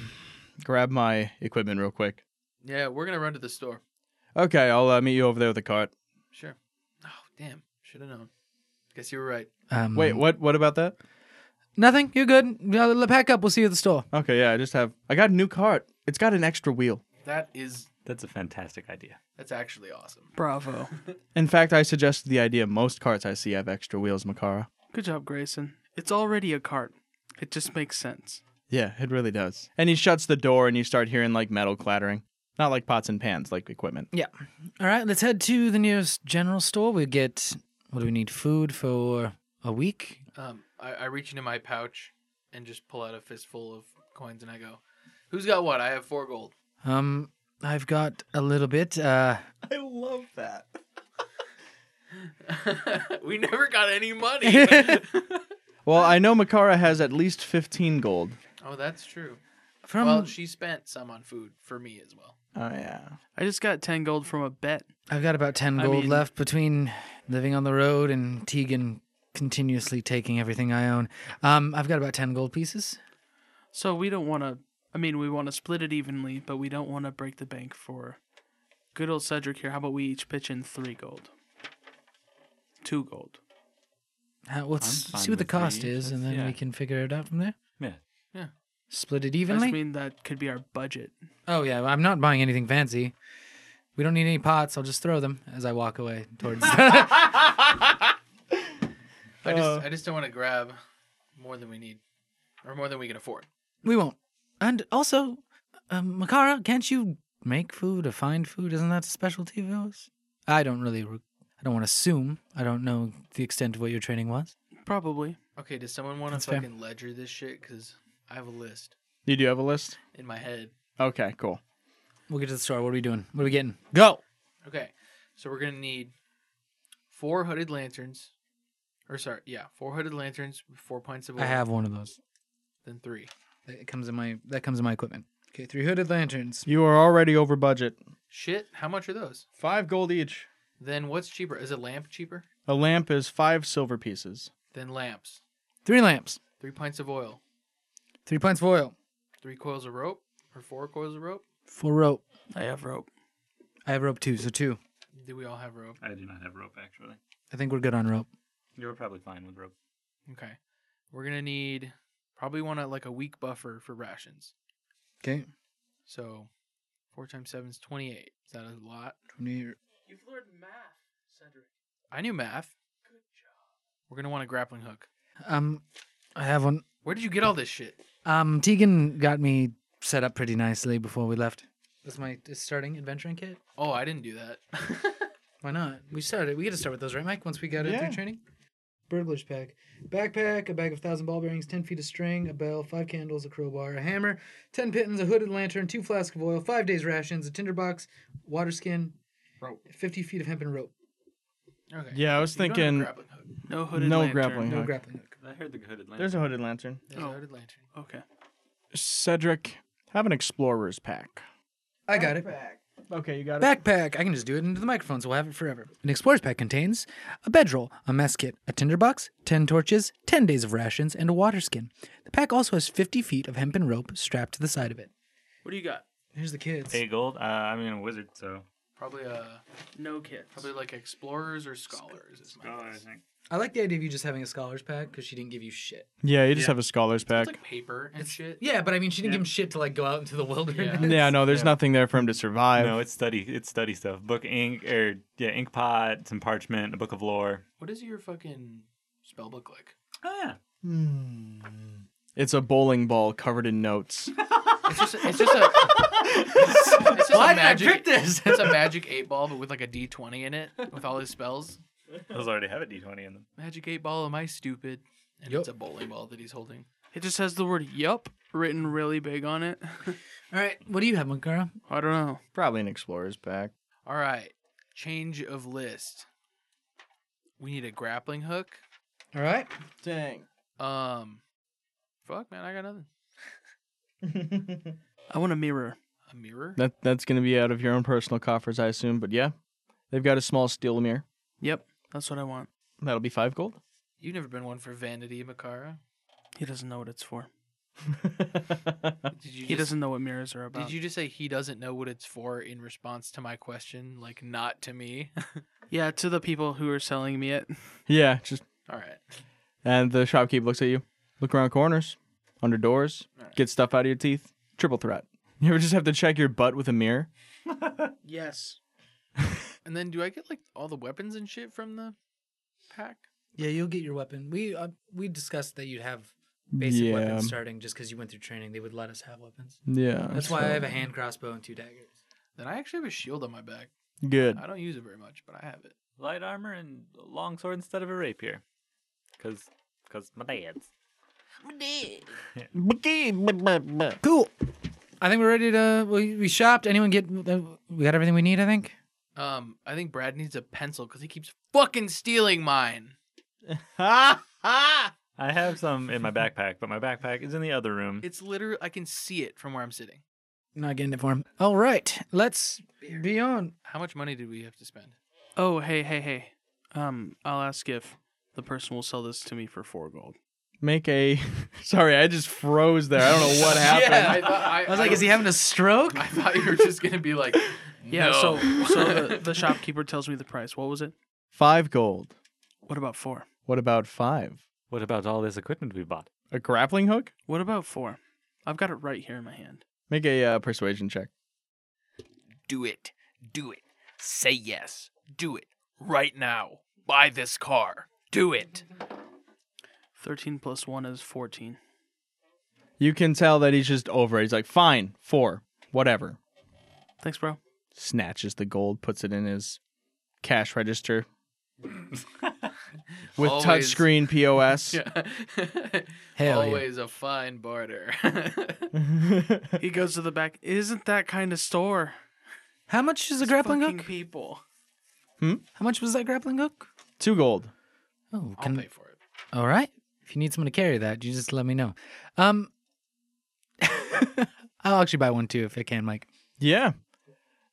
grab my equipment real quick. yeah, we're gonna run to the store. Okay, I'll uh, meet you over there with the cart. Sure. Oh, damn. Should have known. Guess you were right. Um, Wait, what what about that? Nothing. You're good. Yeah, l- Pack up. We'll see you at the store. Okay, yeah, I just have I got a new cart. It's got an extra wheel. That is. That's a fantastic idea. That's actually awesome. Bravo. In fact, I suggested the idea most carts I see have extra wheels, Makara. Good job, Grayson. It's already a cart. It just makes sense. Yeah, it really does. And he shuts the door and you start hearing like metal clattering. Not like pots and pans, like equipment. Yeah. All right. Let's head to the nearest general store. We get what do we need? Food for a week. Um, I, I reach into my pouch and just pull out a fistful of coins, and I go, "Who's got what? I have four gold." Um, I've got a little bit. Uh, I love that. we never got any money. Well, I know Makara has at least 15 gold. oh, that's true. from well, she spent some on food for me as well. Oh, yeah. I just got 10 gold from a bet. I've got about ten I gold mean- left between living on the road and Tegan continuously taking everything I own. Um, I've got about ten gold pieces. So we don't want to. I mean, we want to split it evenly, but we don't want to break the bank for good old Cedric here. How about we each pitch in three gold? Two gold. How, let's fine see what the with three cost is, each, and then that's- we yeah. can figure it out from there. Yeah. Yeah. Split it I evenly. just mean that could be our budget. oh yeah, I'm not buying anything fancy. We don't need any pots. I'll just throw them as I walk away towards. I uh, just I just don't want to grab more than we need or more than we can afford. we won't. And also, um, Makara, can't you make food or find food? Isn't that a specialty of yours? I don't really. Re- I don't want to assume. I don't know the extent of what your training was. Probably. Okay, does someone want to That's fair. fucking ledger this shit? Because I have a list You do have a list? in my head. Okay, cool. We'll get to the store. What are we doing? What are we getting? Go. Okay, so we're gonna need four hooded lanterns, or sorry, yeah, four hooded lanterns, four pints of oil, I have one of those. then three. That comes in my. That comes in my equipment. Okay, three hooded lanterns. You are already over budget. Shit, how much are those? Five gold each. Then what's cheaper? Is a lamp cheaper? A lamp is five silver pieces. Then lamps, Three lamps. three pints of oil, Three pints of oil. three coils of rope, or four coils of rope. Four rope. I have rope. I have rope too, so two. Do we all have rope? I do not have rope, actually. I think we're good on rope. You're probably fine with rope. Okay, we're gonna need probably want to like a week buffer for rations. Okay. So four times seven is twenty-eight. Is that a lot? Twenty. You've learned math, Cedric. I knew math. We're gonna want a grappling hook. Um, I have one. Where did you get all this shit? Um, Tegan got me set up pretty nicely before we left. That's my is starting adventuring kit. Oh, I didn't do that. Why not? We started. We get to start with those, right, Mike? Once we got it Yeah. through training. Burglar's pack, backpack, a bag of thousand ball bearings, ten feet of string, a bell, five candles, a crowbar, a hammer, ten pittons, a hooded lantern, two flasks of oil, five days rations, a tinderbox, water skin, Rope. fifty feet of hemp and rope, okay. Yeah, I was You don't have a thinking- grappling hook. No hooded No lantern. grappling. no Okay. grappling hook. I heard the hooded lantern. There's a hooded lantern. There's a Oh. hooded lantern. Okay. Cedric, have an explorer's pack. I got it. Okay, you got Backpack. I can just do it into the microphone, so we'll have it forever. An explorer's pack contains a bedroll, a mess kit, a tinderbox, 10 torches, 10 days of rations, and a water skin. The pack also has 50 feet of hempen rope strapped to the side of it. What do you got? Here's the kids. Hey, gold. Uh, I mean, a wizard, so. Probably a No kits. probably like explorers or scholars is Oh, my guess. It's I like the idea of you just having a scholar's pack because she didn't give you shit. Yeah, you just have a scholar's pack. like paper and shit. Yeah, but I mean, she didn't give him shit to like go out into the wilderness. yeah, no, there's nothing there for him to survive. No, it's study. It's study stuff. Book ink or yeah, ink pot, some parchment, a book of lore. What does your fucking spell book like? Oh yeah. It's a bowling ball covered in notes. It's just it's just a it's just a magic this? it's a magic eight ball but with like a D twenty in it with all his spells. Those already have a D twenty in them. Magic eight ball, am I stupid? And Yup. it's a bowling ball that he's holding. It just has the word "yup" written really big on it. All right, what do you have, Makara? I don't know. Probably an explorer's pack. All right, change of list. We need a grappling hook. All right. Dang. Um, fuck man, I got nothing. I want a mirror. A mirror. That that's gonna be out of your own personal coffers, I assume. But yeah, they've got a small steel mirror. Yep, that's what I want. That'll be five gold. You've never been one for vanity, Makara. He doesn't know what it's for. Did you? He just- doesn't know what mirrors are about. Did you just say he doesn't know what it's for in response to my question? Like, not to me? Yeah, to the people who are selling me it. yeah, just All right. and the shopkeep looks at you. Look around corners, under doors, get stuff out of your teeth. Triple threat. You ever just have to check your butt with a mirror? Yes. And then do I get, like, all the weapons and shit from the pack? Yeah, you'll get your weapon. We uh, we discussed that you'd have basic yeah. weapons starting just because you went through training. They would let us have weapons. Yeah. That's why I have a hand crossbow and two daggers. Then I actually have a shield on my back. Good. I don't use it very much, but I have it. Light armor and longsword instead of a rapier. Cause, cause my dad's. Cool. I think we're ready to. We, we shopped. Anyone get? uh, We got everything we need. I think. Um, I think Brad needs a pencil because he keeps fucking stealing mine. I have some in my backpack, but my backpack is in the other room. It's literally, I can see it from where I'm sitting. Not getting it for him. All right. Let's be on. How much money did we have to spend? Oh, hey, hey, hey. Um, I'll ask if the person will sell this to me for four gold. Make a. Sorry, I just froze there. I don't know what happened. I, thought, I, I was like, is he having a stroke? I thought you were just going to be like, Yeah. no. So, so the, the shopkeeper tells me the price. What was it? Five gold. What about four? What about five? What about all this equipment we bought? A grappling hook? What about four? I've got it right here in my hand. Make a uh, persuasion check. Do it. Do it. Say yes. Do it. Right now. Buy this car. Do it. 13 plus 1 is 14. You can tell that he's just over it. He's like, fine, four, whatever. Thanks, bro. Snatches the gold, puts it in his cash register with Always. touchscreen POS. Hell yeah. Always a fine barter. He goes to the back. Isn't that kind of store? How much is a grappling Fucking hook? people. How much was that grappling hook? Two gold. Oh, I'll can, pay for it. all right. If you need someone to carry that, you just let me know. Um, I'll actually buy one too if I can, Mike. Yeah.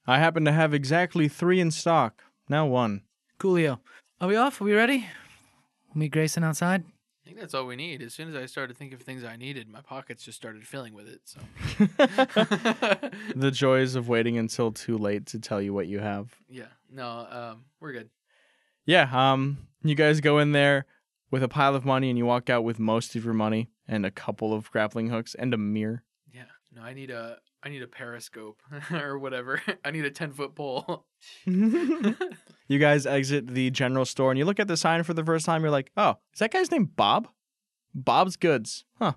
I happen to have exactly three in stock. Now one. Coolio. Are we off? Are we ready? We'll meet Grayson outside. I think that's all we need. As soon as I started thinking of things I needed, my pockets just started filling with it. So The joys of waiting until too late to tell you what you have. yeah, no, um, we're good. Yeah, um, you guys go in there with a pile of money and you walk out with most of your money and a couple of grappling hooks and a mirror. Yeah, no, I need a, I need a periscope or whatever. I need a ten foot pole. You guys exit the general store and you look at the sign for the first time. You're like, oh, is that guy's name Bob? Bob's Goods. Huh.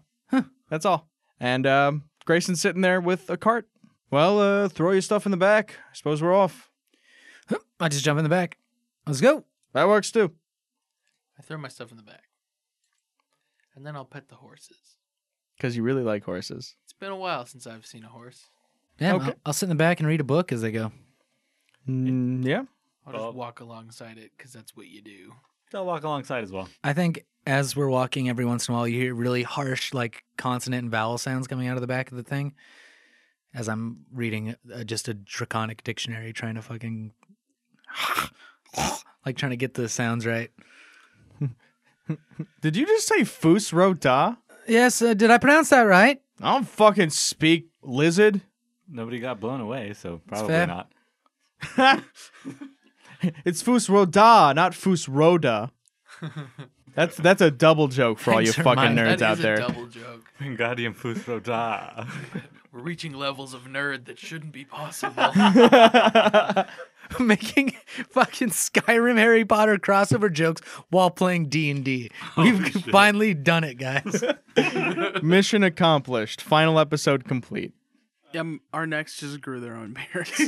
That's all. And um, Grayson's sitting there with a cart. Well, uh, throw your stuff in the back. I suppose we're off. I just jump in the back. Let's go. That works too. I throw my stuff in the back, and then I'll pet the horses. Because you really like horses. It's been a while since I've seen a horse. Yeah, Okay. I'll, I'll sit in the back and read a book as I go. Mm, yeah. I'll just Bob. walk alongside it because that's what you do. They'll walk alongside as well. I think as we're walking, every once in a while, you hear really harsh, like consonant and vowel sounds coming out of the back of the thing. As I'm reading uh, just a draconic dictionary, trying to fucking like trying to get the sounds right. Did you just say Foos Roda? Yes, uh, did I pronounce that right? I don't fucking speak lizard. Nobody got blown away, so probably fair. not. It's Foos Roda, not Foos Roda. That's that's a double joke for all you Thanks for fucking reminding- That nerds out is a there. double joke. Wingardium Fusroda. We're reaching levels of nerd that shouldn't be possible. Making fucking Skyrim Harry Potter crossover jokes while playing D and D. We've finally done it, guys. Mission accomplished. Final episode complete. Yeah, m- our next just grew their own beards. they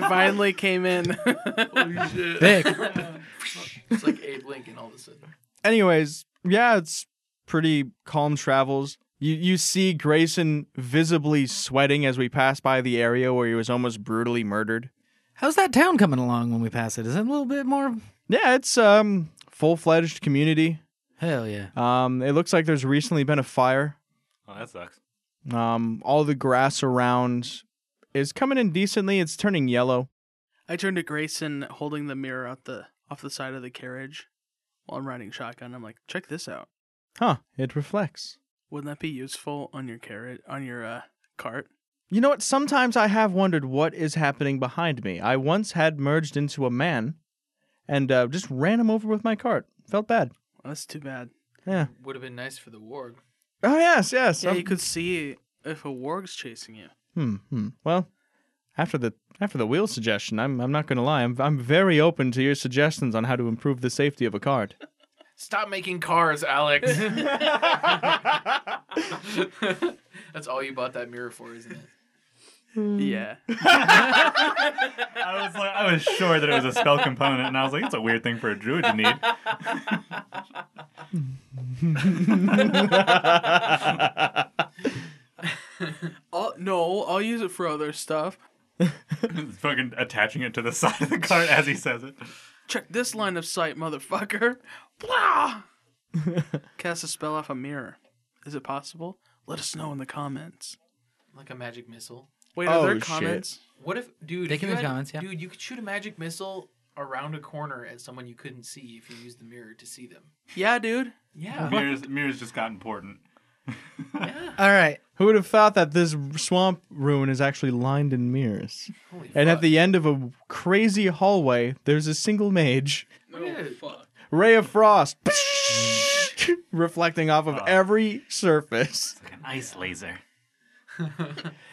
finally came in. Vic, it's like Abe Lincoln all of a sudden. Anyways, yeah, it's pretty calm travels. You you see Grayson visibly sweating as we pass by the area where he was almost brutally murdered. how's that town coming along when we pass it? Is it a little bit more? Yeah, it's um full fledged community. Hell yeah. Um, it looks like there's recently been a fire. oh, that sucks. Um, all the grass around is coming in decently. It's turning yellow. I turned to Grayson, holding the mirror out the off the side of the carriage, while I'm riding shotgun. I'm like, check this out. Huh? It reflects. Wouldn't that be useful on your carriage on your uh, cart? You know what? Sometimes I have wondered what is happening behind me. I once had merged into a man, and uh, just ran him over with my cart. Felt bad. That's too bad. Yeah. Would have been nice for the warg. Oh yes, yes. Yeah, Um, you could see if a warg's chasing you. hmm, hmm. Well, after the after the wheel suggestion, I'm I'm not gonna lie. I'm I'm very open to your suggestions on how to improve the safety of a cart. Stop making cars, Alex. That's all you bought that mirror for, isn't it? Yeah. I was like, I was sure that it was a spell component, and I was like, it's a weird thing for a druid to need. I'll, no, I'll use it for other stuff. Fucking attaching it to the side of the cart as he says it. Check this line of sight, motherfucker. Blah! Cast a spell off a mirror. Is it possible? Let us know in the comments. Like a magic missile. Wait, Oh, are there shit. comments? What if, dude? They if can you leave had- comments, yeah. Dude, you could shoot a magic missile around a corner at someone you couldn't see if you used the mirror to see them. Oh, Yeah, dude. Yeah. Mirrors, mirrors just got important. All right. Who would have thought that this swamp ruin is actually lined in mirrors? Holy And fuck. at the end of a crazy hallway, there's a single mage, Look at it. Ray of Frost. reflecting off Ah. of every surface. Like an ice laser. All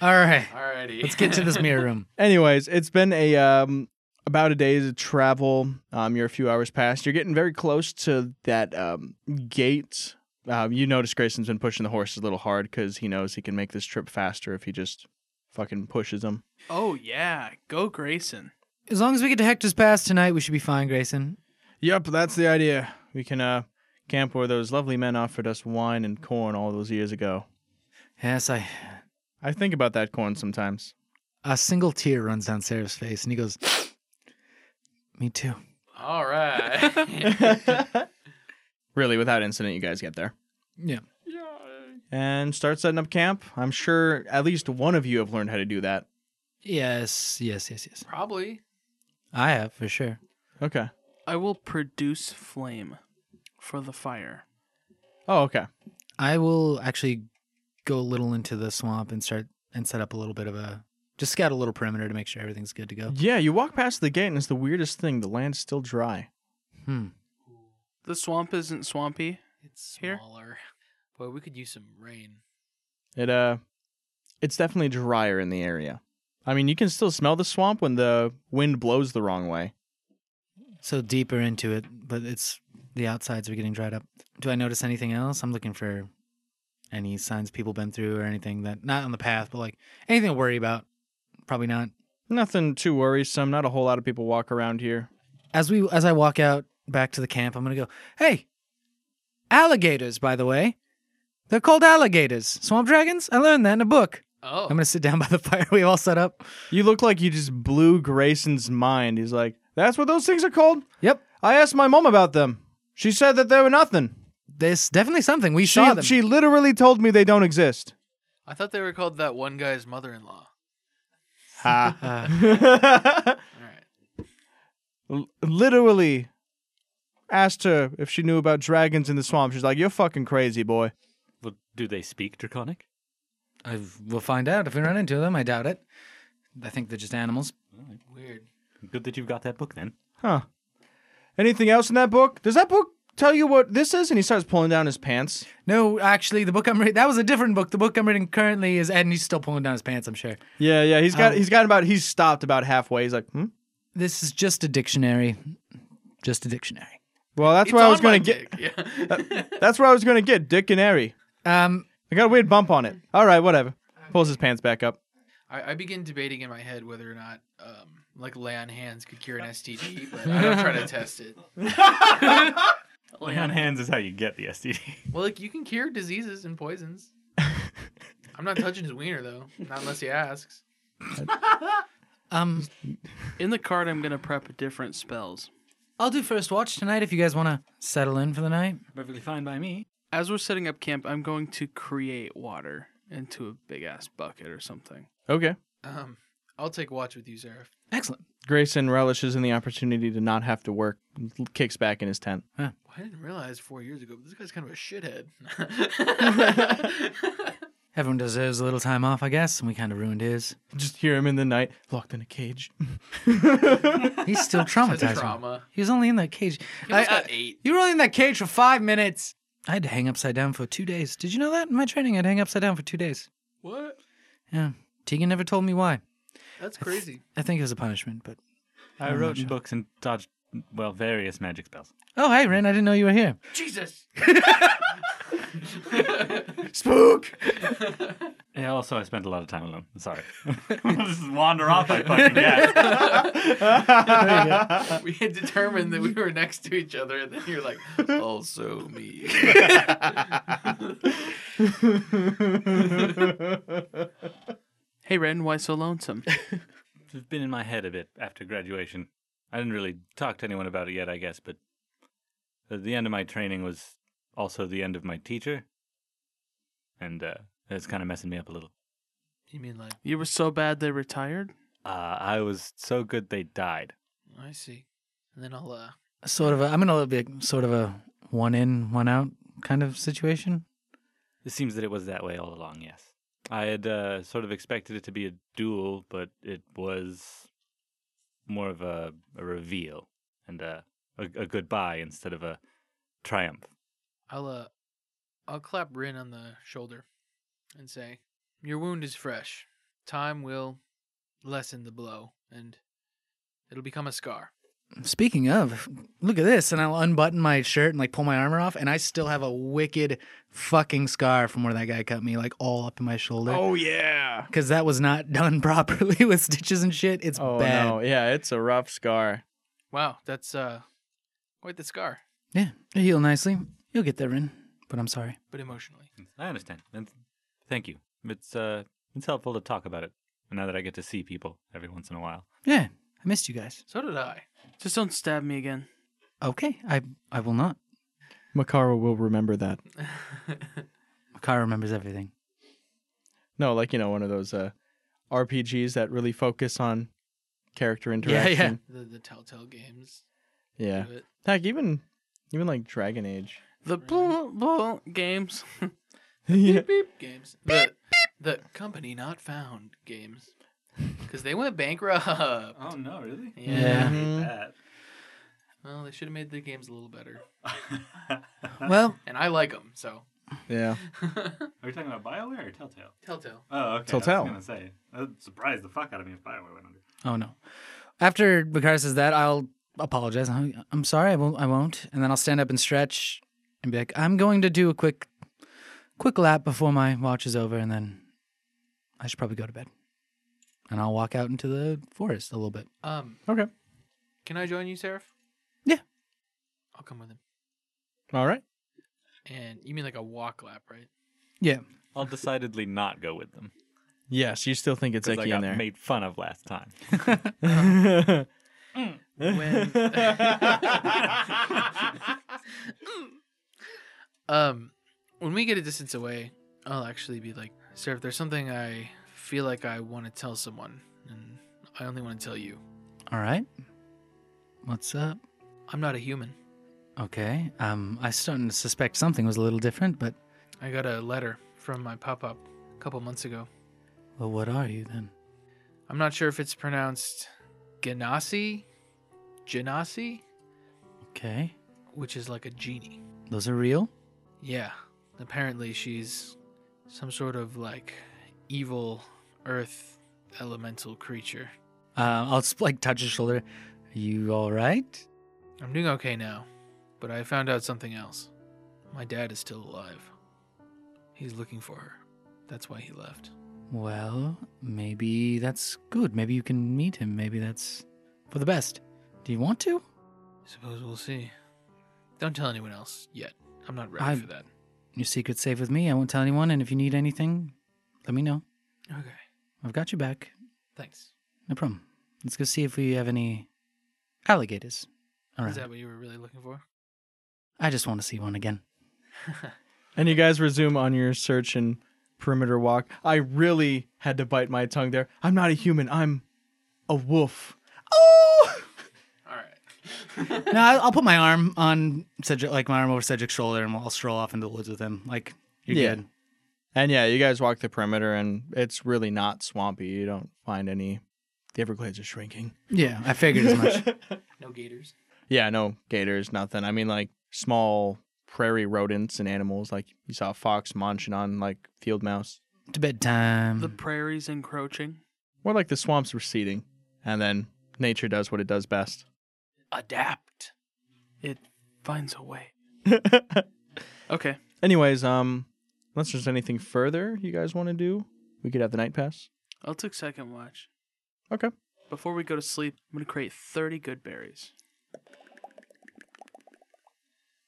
right. Alrighty. Let's get to this mirror room. Anyways, it's been a um about a day's of travel. Um, you're a few hours past. You're getting very close to that um gate. Um, you notice Grayson's been pushing the horses a little hard because he knows he can make this trip faster if he just fucking pushes them. Oh yeah, go Grayson. As long as we get to Hector's Pass tonight, we should be fine, Grayson. Yep, that's the idea. We can uh camp where those lovely men offered us wine and corn all those years ago. Yes, I. I think about that corn sometimes. A single tear runs down Sarah's face, and he goes, "Me too." All right. really, without incident, you guys get there. Yeah. And start setting up camp. I'm sure at least one of you have learned how to do that. Yes, yes, yes, yes. Probably. I have for sure. Okay. I will produce flame for the fire. Oh, okay. I will actually go a little into the swamp and start and set up a little bit of a just scout a little perimeter to make sure everything's good to go. Yeah, you walk past the gate and it's the weirdest thing. The land's still dry. Hmm. The swamp isn't swampy. It's Here? smaller. Boy, we could use some rain. It uh it's definitely drier in the area. I mean, you can still smell the swamp when the wind blows the wrong way. So deeper into it, but it's the outsides are getting dried up. Do I notice anything else? I'm looking for any signs people been through or anything that not on the path, but like anything to worry about. Probably not. Nothing too worrisome. Not a whole lot of people walk around here. As we as I walk out back to the camp, I'm gonna go, hey, alligators. By the way, they're called alligators. Swamp dragons. I learned that in a book. Oh. I'm gonna sit down by the fire we all set up. You look like you just blew Grayson's mind. He's like, "That's what those things are called." Yep. I asked my mom about them. She said that they were nothing. There's definitely something we She saw them. she literally told me they don't exist. I thought they were called that one guy's mother-in-law. Ha. All right. L- literally asked her if she knew about dragons in the swamp. She's like, "You're fucking crazy, boy." Well, do they speak draconic? I we'll find out if we run into them. I doubt it. I think they're just animals. Weird. Good that you've got that book then. Huh. Anything else in that book? Does that book tell you what this is? And he starts pulling down his pants. No, actually, the book I'm reading that was a different book. The book I'm reading currently is, and he's still pulling down his pants. I'm sure Yeah, yeah. He's got Um, he's got about he's stopped about halfway. He's like, "Hmm." this is just a dictionary, just a dictionary. Well, that's It's where I on was gonna my get. dick, yeah. That's where I was gonna get Dick and Harry. Um, I got a weird bump on it. All right, whatever. Pulls his pants back up. I, I begin debating in my head whether or not, um, like, lay on hands could cure an STD, but I don't try to test it. Oh, Lay on hands is how you get the STD. Well, like, you can cure diseases and poisons. I'm not touching his wiener, though. Not unless he asks. um, In the card, I'm gonna prep different spells. I'll do first watch tonight if you guys want to settle in for the night. Perfectly fine by me. As we're setting up camp, I'm going to create water into a big ass bucket or something. Okay. Um, I'll take watch with you, Seraph. Excellent. Grayson relishes in the opportunity to not have to work. Kicks back in his tent. Well, I didn't realize four years ago, but this guy's kind of a shithead. Everyone deserves a little time off, I guess, and we kind of ruined his. Just hear him in the night, locked in a cage. He's still traumatized. Trauma. He was only in that cage. He was I- I- got eight. You were only in that cage for five minutes. I had to hang upside down for two days. Did you know that? In my training, I'd hang upside down for two days. What? Yeah. Tegan never told me why. That's crazy. I think it was a punishment, but. I wrote in books and dodged, well, various magic spells. Oh, hey, Ren, I didn't know you were here. Jesus. Spook. Yeah, also, I spent a lot of time alone. Sorry. I'll just wander off like fucking gas. we had determined that we were next to each other, and then you're like, also me. Hey Ren, why so lonesome? It's been in my head a bit after graduation. I didn't really talk to anyone about it yet, I guess, but uh, the end of my training was also the end of my teacher. And uh, it's kind of messing me up a little. You mean like, you were so bad they retired. Uh, I was so good they died. I see. And then I'll, uh, Sort of a, I'm in a little bit sort of a one in, one out kind of situation. It seems that it was that way all along, yes. I had uh, sort of expected it to be a duel, but it was more of a, uh, a reveal and a, a, a goodbye instead of a triumph. I'll uh, I'll clap Rin on the shoulder, and say, "Your wound is fresh. Time will lessen the blow, and it'll become a scar." Speaking of, look at this. And I'll unbutton my shirt and like pull my armor off. And I still have a wicked fucking scar from where that guy cut me, like all up in my shoulder. Oh yeah. Because that was not done properly with stitches and shit. It's Oh bad. no, yeah, it's a rough scar. Wow, that's uh, quite the scar, Yeah, you heal nicely. You'll get there, Rin. But I'm sorry. but emotionally. Mm, I understand. And th- thank you. It's uh, it's helpful to talk about it now that I get to see people every once in a while. Yeah, I missed you guys. So did I. Just don't stab me again. Okay, I I will not. Makara will remember that. Makara remembers everything. No, like you know, one of those uh, RPGs that really focus on character yeah. interaction. The, the Telltale games. Yeah, do it. Heck, even even like Dragon Age. The blah, blah games. yeah. Beep games. the, the company not found games, because they went bankrupt. Oh no, really? Yeah. I Well, they should have made the games a little better, Well, and I like them so. Yeah. Are you talking about Bioware or Telltale? Telltale. Oh, okay. Telltale. I was gonna say that surprised the fuck out of me if Bioware went under. oh no. After Makara says that, I'll apologize. I'm, I'm sorry. I won't. I won't. And then I'll stand up and stretch, and be like, I'm going to do a quick, quick lap before my watch is over, and then I should probably go to bed. And I'll walk out into the forest a little bit. Um, Okay. can I join you, Seraph? Yeah. I'll come with him. All right. And you mean like a walk lap, right? Yeah. I'll decidedly not go with them Yes, you still think it's because I Icky in got there. made fun of last time. Um, when we get a distance away, I'll actually be like, Seraph, there's something I feel like I want to tell someone, and I only want to tell you. All right. What's up? I'm not a human. Okay. Um, I started to suspect something was a little different, but I got a letter from my pop up a couple months ago. well, what are you then? I'm not sure if it's pronounced Genasi, Genasi, Okay. which is like a genie. Those are real? Yeah. Apparently she's some sort of like evil earth elemental creature. Uh, I'll just, like touch his shoulder. Are you all right? I'm doing okay now, but I found out something else. My dad is still alive. He's looking for her. That's why he left. Well, maybe that's good. Maybe you can meet him. Maybe that's for the best. Do you want to? Suppose we'll see. Don't tell anyone else yet. I'm not ready I'm- for that. Your secret's safe with me. I won't tell anyone. And if you need anything, let me know. Okay. I've got you back. Thanks. No problem. Let's go see if we have any alligators. All right. Is that what you were really looking for? I just want to see one again. And you guys resume on your search and perimeter walk. I really had to bite my tongue there. I'm not a human. I'm a wolf. Oh! All right. no, I- I'll put my arm on Cedric, like my arm over Cedric's shoulder, and I'll stroll off into the woods with him. Like you're Yeah. good. And yeah, you guys walk the perimeter, and it's really not swampy. You don't find any. The Everglades are shrinking. Yeah, I figured as much. No gators. Yeah, no gators, nothing. I mean, like small prairie rodents and animals. Like you saw a fox munching on like field mouse. to bedtime. the prairies encroaching. More like the swamps receding, and then nature does what it does best. Adapt. It finds a way. Okay. Anyways, um, unless there's anything further you guys want to do, we could have the night pass. I'll take second watch. Okay. Before we go to sleep, I'm gonna create 30 good berries.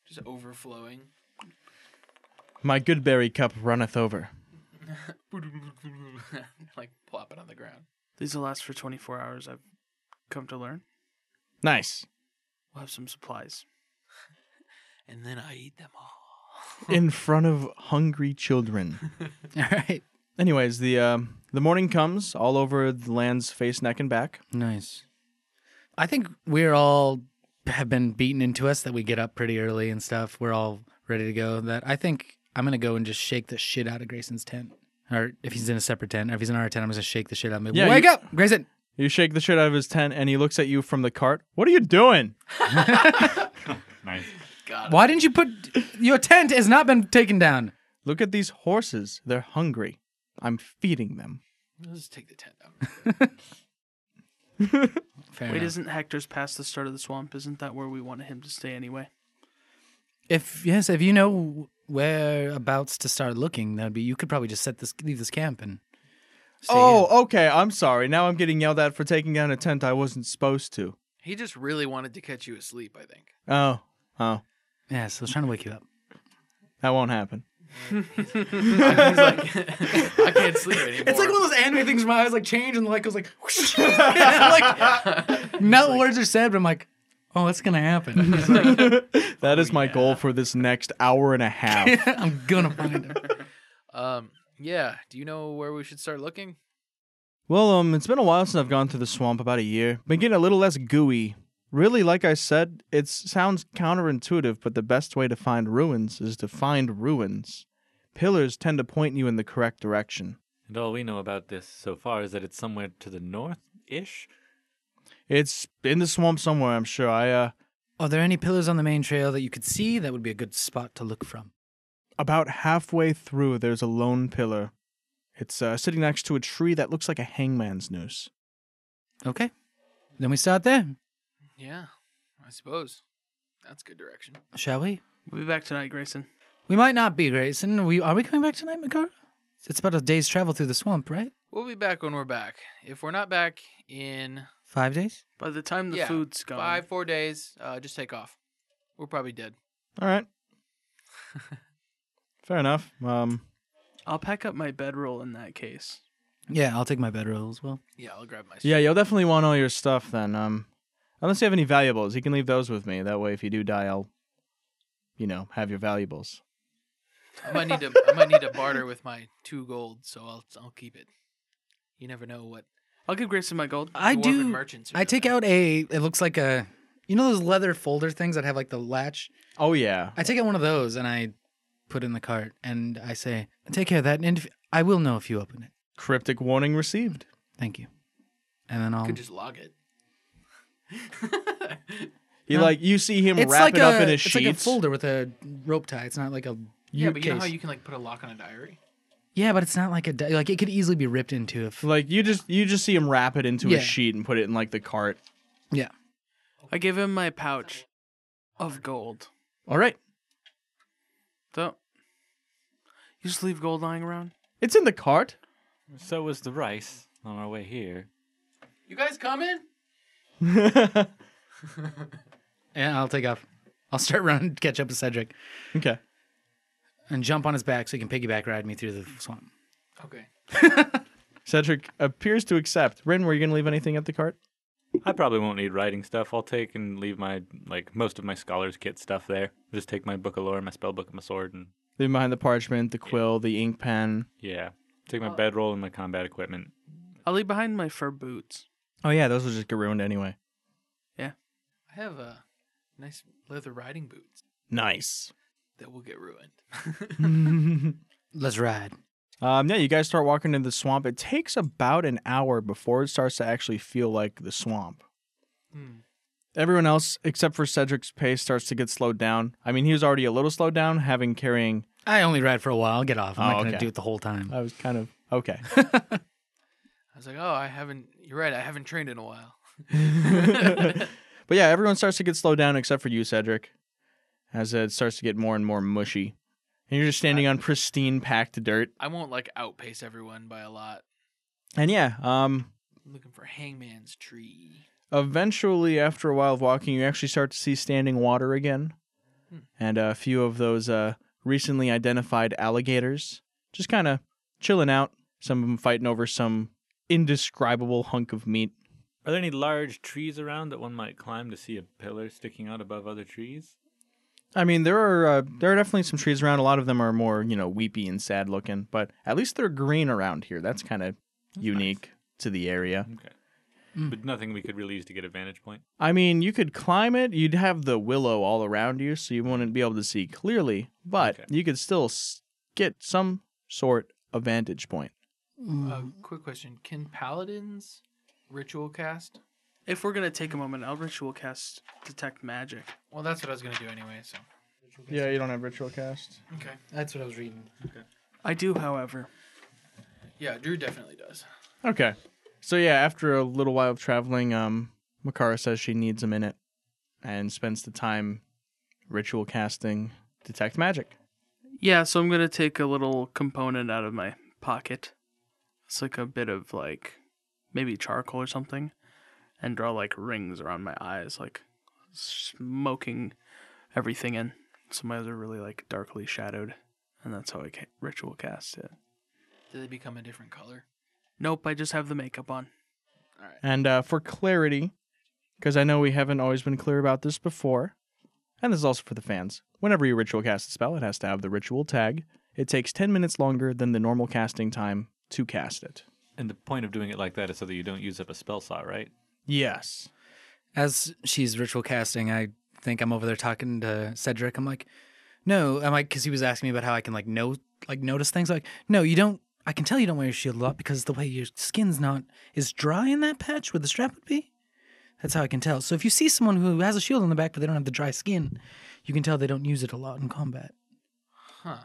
Just overflowing. My good berry cup runneth over. like plopping on the ground. These will last for 24 hours. I've come to learn. Nice. We'll have some supplies. And then I eat them all. In front of hungry children. All right, Anyways, the um the morning comes all over the land's face, neck, and back. nice. I think we're all have been beaten into us that we get up pretty early and stuff. We're all ready to go. That I think I'm gonna go and just shake the shit out of Grayson's tent, or if he's in a separate tent, or if he's in our tent, I'm just gonna shake the shit out of him. Yeah, Wake you- up, Grayson. You shake the shit out of his tent, and he looks at you from the cart. What are you doing? nice. God. Why didn't you put your tent has not been taken down? Look at these horses. They're hungry. I'm feeding them. Let's take the tent down. Fair Wait, enough. isn't Hector's past the start of the swamp? Isn't that where we wanted him to stay anyway? If yes, if you know whereabouts to start looking, that'd be you could probably just set this leave this camp and stay in. Oh, okay. I'm sorry. Now I'm getting yelled at for taking down a tent I wasn't supposed to. He just really wanted to catch you asleep, I think. Oh, oh, Yeah, so I was trying to wake you up. that won't happen. He's like, I can't sleep anymore. It's like one of those anime things where my eyes like change and the light goes like, whoosh. I'm like not words are said, but I'm like, oh, that's gonna happen. That is my goal for this next hour and a half. I'm gonna find him. um, yeah. Do you know where we should start looking? well, um, it's been a while since I've gone through the swamp. About a year. Been getting a little less gooey. Really, like I said, it sounds counterintuitive, but the best way to find ruins is to find ruins. Pillars tend to point you in the correct direction. And all we know about this so far is that it's somewhere to the north ish. It's in the swamp somewhere, I'm sure. I uh Are there any pillars on the main trail that you could see? That would be a good spot to look from. about halfway through there's a lone pillar. It's uh, sitting next to a tree that looks like a hangman's noose. Okay, then we start there, Yeah, I suppose. That's good direction. shall we? We'll be back tonight, Grayson. We might not be, Grayson. We are we coming back tonight, Makara? It's about a day's travel through the swamp, right? We'll be back when we're back. If we're not back in Five days. By the time the yeah, food's gone, five, four days, uh, just take off. We're probably dead. All right. Fair enough. Um I'll pack up my bedroll in that case. Yeah, I'll take my bedroll as well. Yeah, I'll grab my. yeah, you'll definitely want all your stuff then. Um unless you have any valuables, you can leave those with me. That way if you do die, I'll you know, have your valuables. I might need to. I might need to barter with my two gold, so I'll I'll keep it. You never know what I'll give Grayson my gold. I dwarven do. merchants. Are I take doing. out a. It looks like a. You know those leather folder things that have like the latch. Oh yeah. I take out one of those and I put in the cart and I say, "Take care of that." And if, I will know if you open it. Cryptic warning received. Thank you. And then I'll. Could just log it. He like you see him it's wrap like it a. up in a it's sheet. like a folder with a rope tie. It's not like a. Yeah, but you know how case. you can like put a lock on a diary. Yeah, but it's not like a. di- Like it could easily be ripped into if. Like you just you just see him wrap it into Yeah. a sheet and put it in like the cart. Yeah. I give him my pouch of gold. All right. Don't you just leave gold lying around? It's in the cart. So was the rice on our way here. You guys coming? okay. Yeah, I'll take off. I'll start running, to catch up with Cedric, and jump on his back so he can piggyback ride me through the swamp. Okay. Cedric appears to accept. Rin, were you going to leave anything at the cart? I probably won't need writing stuff. I'll take and leave my, like, most of my scholar's kit stuff there. Just take my book of lore, my spell book, and my sword, and Leave behind the parchment, the quill, the ink pen. yeah. Take my bedroll and my combat equipment. I'll leave behind my fur boots. Oh yeah, those will just get ruined anyway. I have uh, nice leather riding boots Nice. that will get ruined. Let's ride. Um, yeah, you guys start walking into the swamp. It takes about an hour before it starts to actually feel like the swamp. Hmm. Everyone else, except for Cedric's pace, starts to get slowed down. I mean, he was already a little slowed down, having carrying. I only ride for a while. I'll get off. I'm Oh, not going to okay. do it the whole time. I was kind of okay. I was like, oh, I haven't. You're right. I haven't trained in a while. But yeah, everyone starts to get slowed down except for you, Cedric, as it starts to get more and more mushy. And you're just standing on pristine, packed dirt. I won't like outpace everyone by a lot. And yeah, um, I'm looking for Hangman's Tree. eventually, after a while of walking, you actually start to see standing water again, and a few of those uh, recently identified alligators just kind of chilling out. Some of them fighting over some indescribable hunk of meat. Are there any large trees around that one might climb to see a pillar sticking out above other trees? I mean, there are uh, there are definitely some trees around. A lot of them are more you know weepy and sad looking, but at least they're green around here. That's kind of unique to the area. Okay. Mm. But nothing we could really use to get a vantage point. I mean, you could climb it. You'd have the willow all around you, so you wouldn't be able to see clearly, but Okay. you could still s- get some sort of vantage point. Uh, quick question: Can paladins ritual cast? If we're gonna take a moment, I'll ritual cast detect magic. Well, that's what I was gonna do anyway. So ritual. Yeah, you don't have ritual cast. Okay. That's what I was reading. I do, however. Yeah, Drew definitely does. Okay. So yeah, after a little while of traveling, um, Makara says she needs a minute and spends the time ritual casting detect magic. Yeah, so I'm gonna take a little component out of my pocket. It's like a bit of like maybe charcoal or something, and draw like rings around my eyes, like smoking everything in. So my eyes are really like darkly shadowed, and that's how I ca- ritual cast it. Do they become a different color? Nope, I just have the makeup on. And uh, for clarity, because I know we haven't always been clear about this before, and this is also for the fans. Whenever you ritual cast a spell, it has to have the ritual tag. It takes ten minutes longer than the normal casting time to cast it. And the point of doing it like that is so that you don't use up a spell slot, right? Yes. As she's ritual casting, I think I'm over there talking to Cedric. I'm like, no, I'm like, because he was asking me about how I can like know, like notice things. Like, no, you don't. I can tell you don't wear your shield a lot because the way your skin's not is dry in that patch where the strap would be. That's how I can tell. So if you see someone who has a shield on the back but they don't have the dry skin, you can tell they don't use it a lot in combat. Huh.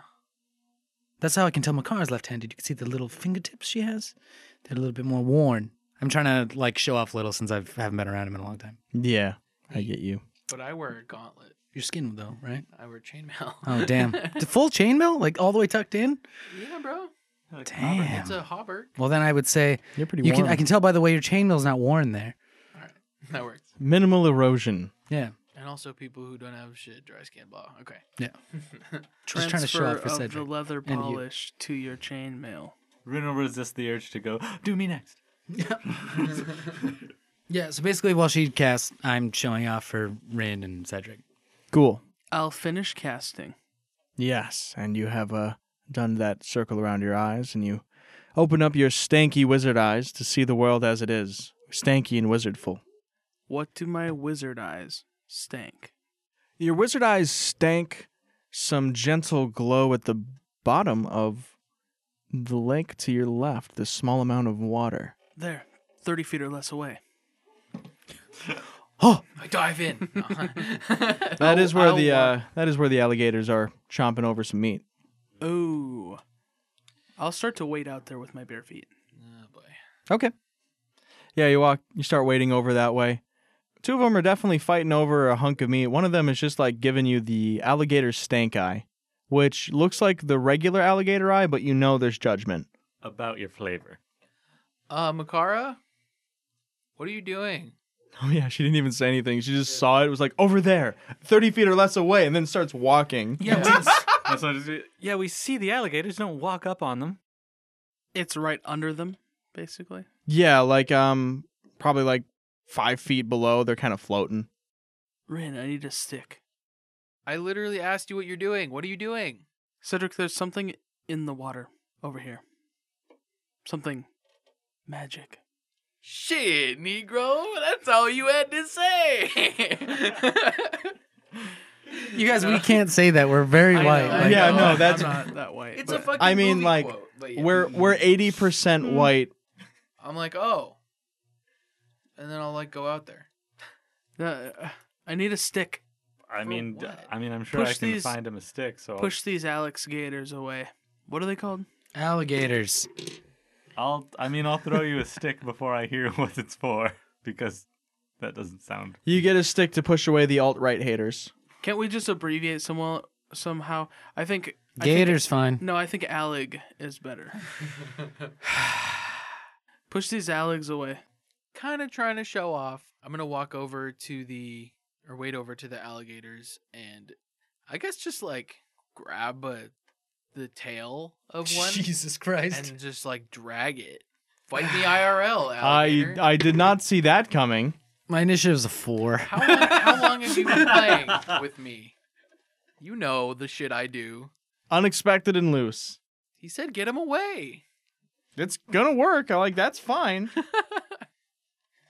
That's how I can tell Makara's left-handed. You can see the little fingertips she has; they're a little bit more worn. I'm trying to like show off little since I haven't been around him in a long time. Yeah, I get you. But I wear a gauntlet. Your skin though, right? I wear chainmail. Oh damn! the full chainmail, like all the way tucked in. yeah, bro. Damn. It's a hauberk. Well, then I would say You're pretty. you can. warm. I can tell by the way your chainmail's not worn there. That works. minimal erosion. Yeah, And also people who don't have shit, dry skin, blah. Okay. just trying to show off for Transfer of the Cedric. leather you. polish to your chainmail. Rune will resist the urge to go, do me next. Yeah. So basically, while she casts, I'm showing off for Rin and Cedric. Cool. I'll finish casting. Yes, and you have uh, done that circle around your eyes, and you open up your stanky wizard eyes to see the world as it is, stanky and wizardful. What do my wizard eyes stank? Your wizard eyes stank some gentle glow at the bottom of the lake to your left, this small amount of water. There, 30 feet or less away. I dive in. That is where I'll the wa- uh, that is where the alligators are chomping over some meat. Oh. I'll start to wait out there with my bare feet. Oh, boy. Okay. Yeah, you walk, you start wading over that way. Two of them are definitely fighting over a hunk of meat. One of them is just like giving you the alligator stank eye, which looks like the regular alligator eye, but you know there's judgment. About your flavor. Uh, Makara, what are you doing? Oh, yeah, she didn't even say anything. She just saw it. It was like, over there, 30 feet or less away, and then starts walking. Yeah, That's what I just- yeah, we see the alligators. Don't walk up on them. it's right under them, basically. Yeah, like, um, probably like five feet below. They're kind of floating. Rin, I need a stick. I literally asked you what you're doing. What are you doing? Cedric, there's something in the water over here. Something magic. Shit, Negro. That's all you had to say. You guys, we can't say that. We're very white. I Like, Yeah, no, I'm that's- not that white. it's a but- fucking. I mean, movie like, quote, but yeah. Mm. We're, we're 80% white. I'm like, oh, and then I'll like go out there. Uh, I need a stick. I For mean, d- what? I mean, I'm sure I Push can these- find him a stick. So I'll- Push these Alex Gators away. What are they called? Alligators. I'll, I mean, I'll throw you a stick before I hear what it's for because that doesn't sound. You get a stick to push away the alt right haters. Can't we just abbreviate someone somehow? I think I think- Gators, fine. no, I think Alleg is better. Push these Alegs away. Kind of trying to show off. I'm gonna walk over to the or wait over to the alligators and I guess just like grab a, the tail of one Jesus Christ. and just like drag it. Fight the IRL, I, alligator. I did not see that coming. My initiative's a four. How long, how long have you been playing with me? You know the shit I do. unexpected and loose. He said, "Get him away." It's gonna work. I like that's fine.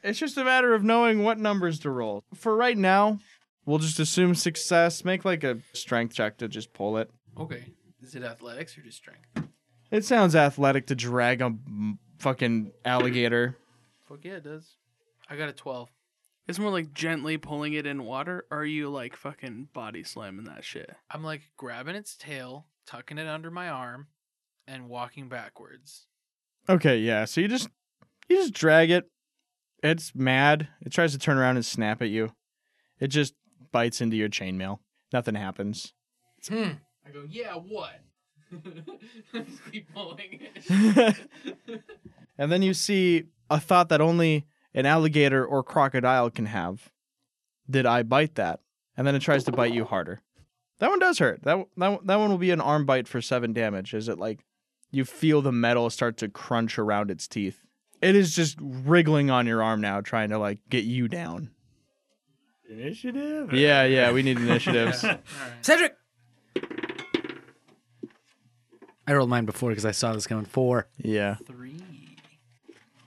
it's just a matter of knowing what numbers to roll. For right now, we'll just assume success. Make like a strength check to just pull it. Okay, is it athletics or just strength? It sounds athletic to drag a m- fucking alligator. Fuck yeah, it does. I got a twelve. It's more like gently pulling it in water. Or are you like fucking body slamming that shit? I'm like grabbing its tail, tucking it under my arm, and walking backwards. Okay, yeah. So you just you just drag it. It's mad. It tries to turn around and snap at you. It just bites into your chainmail. Nothing happens. Hmm. I go, yeah, what? Just keep pulling And then you see a thought that only an alligator or crocodile can have. Did I bite that? And then it tries to bite you harder. That one does hurt. That one- that one- that one will be an arm bite for 7 damage. Is it like you feel the metal start to crunch around its teeth? It is just wriggling on your arm now trying to like get you down. Initiative? Yeah, yeah, we need initiatives. Cedric! I rolled mine before because I saw this coming. Four. yeah. Three.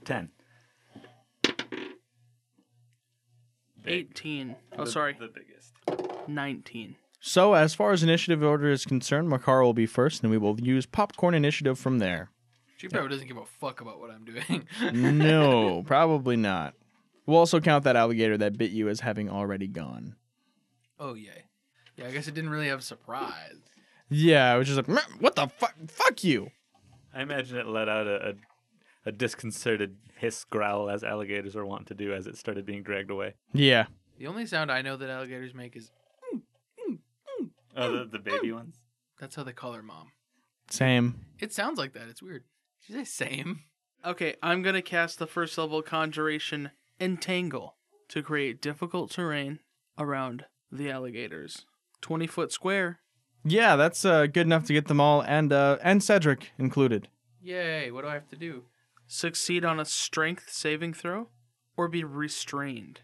10. 18. Oh, sorry. The biggest. 19. So, as far as initiative order is concerned, Makar will be first, and we will use popcorn initiative from there. She probably doesn't give a fuck about what I'm doing. No, probably not. We'll also count that alligator that bit you as having already gone. oh yeah. Yeah, I guess it didn't really have surprise. Yeah, which is like, "Meh, what the fuck? Fuck you. I imagine it let out a, a, a disconcerted hiss growl as alligators are wont to do as it started being dragged away. Yeah. The only sound I know that alligators make is Oh, the, the baby ones? that's how they call her mom. Same. It sounds like that. It's weird. She says same. Okay, I'm gonna cast the first level conjuration Entangle to create difficult terrain around the alligators. 20 foot square. Yeah, that's uh, good enough to get them all and uh, and Cedric included. Yay, what do I have to do? Succeed on a strength saving throw or be restrained.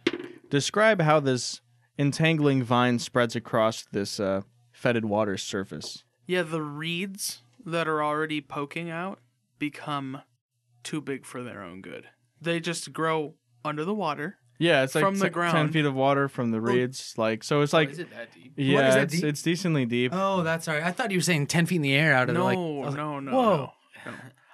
Describe how this entangling vine spreads across this uh, fetid water surface. Yeah, the reeds that are already poking out become too big for their own good. They just grow under the water. Yeah, it's like From the te- ten ground. feet of water from the reeds. Like so, it's like Is it that deep? yeah, What, is that it's, deep? it's decently deep. Oh, that's all right. I thought you were saying 10 feet in the air out of No, like. no, no, no, Whoa. no.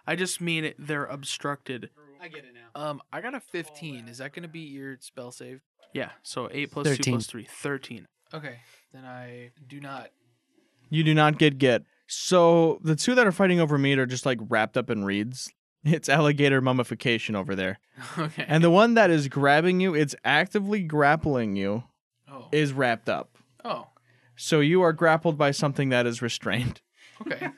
I just mean it, they're obstructed. I get it now. Um, I got a 15. Is that going to be your spell save? Yeah, so 8 plus 2 13. plus 3, 13. Okay, then I do not. You do not get get. So the two that are fighting over meat are just like wrapped up in reeds. It's alligator mummification over there. Okay. And the one that is grabbing you, it's actively grappling you, oh. is wrapped up. oh. So you are grappled by something that is restrained. Okay.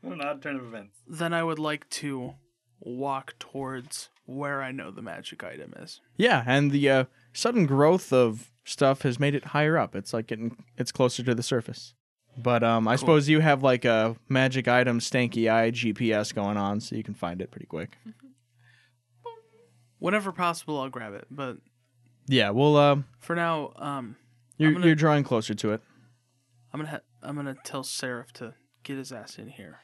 What an odd turn of events. Then I would like to walk towards where I know the magic item is. Yeah, and the uh, sudden growth of stuff has made it higher up. It's like getting it's closer to the surface. But um, I suppose you have like a magic item stanky eye GPS going on, so you can find it pretty quick. Whenever possible, I'll grab it. But Yeah, well, um, for now, um, you're, I'm gonna- you're drawing closer to it. I'm gonna ha- I'm gonna tell Seraph to get his ass in here.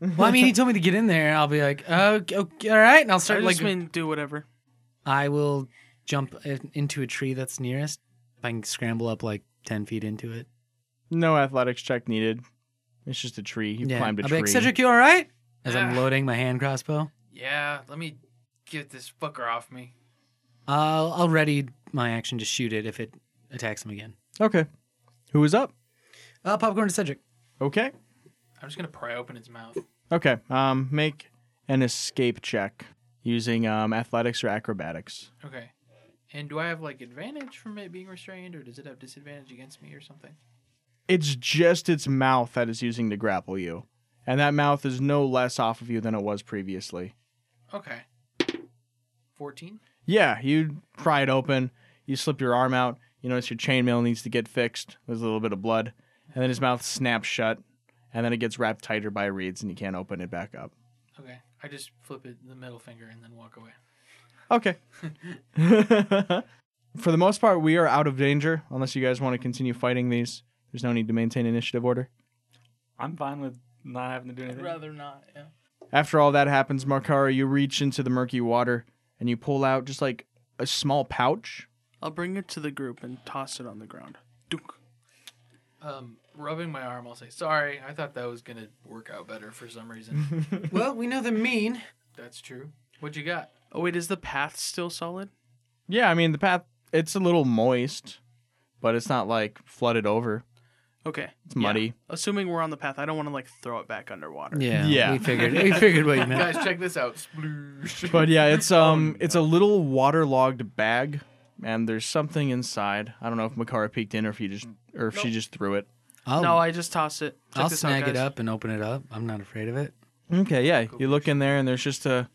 Well, I mean, he told me to get in there. I'll be like, okay, okay all right. And I'll I start just like. mean do whatever. I will jump in- into a tree that's nearest. If I can scramble up like 10 feet into it. No athletics check needed. It's just a tree. You climbed a I'll tree. be like, Cedric, you all right? As Ah. I'm loading my hand crossbow, Yeah, let me get this fucker off me. I'll, I'll ready my action to shoot it if it attacks him again. Okay. Who is up? Uh, popcorn to Cedric. Okay. I'm just going to pry open its mouth. Okay. Um, make an escape check using um athletics or acrobatics. Okay. And do I have like advantage from it being restrained, or does it have disadvantage against me or something? It's just its mouth that is using to grapple you, and that mouth is no less off of you than it was previously. Okay. 14? Yeah, you pry it open. You slip your arm out. You notice your chainmail needs to get fixed. There's a little bit of blood, and then his mouth snaps shut, and then it gets wrapped tighter by reeds, and you can't open it back up. Okay. I just flip it the middle finger and then walk away. Okay. For the most part, we are out of danger unless you guys want to continue fighting these. There's no need to maintain initiative order. I'm fine with not having to do anything. not, yeah. After all that happens, Markara, you reach into the murky water and you pull out just like a small pouch. I'll bring it to the group and toss it on the ground. Dunk. Um, rubbing my arm, I'll say, sorry, I thought that was going to work out better for some reason. well, we know the mean. That's true. What you got? Oh wait, is the path still solid? Yeah, I mean the path it's a little moist, but it's not like flooded over. Okay. It's Yeah. muddy. Assuming we're on the path, I don't want to like throw it back underwater. Yeah, Yeah. We figured. We figured what you meant. Guys, check this out. Sploosh. But yeah, it's um Oh, uh, it's a little waterlogged bag and there's something inside. I don't know if Makara peeked in or if he just or if she just threw it. I'll, No, I just tossed it. Check Oh. I'll this snag out, it guys. up and open it up. I'm not afraid of it. Okay, yeah. You look in there and there's just a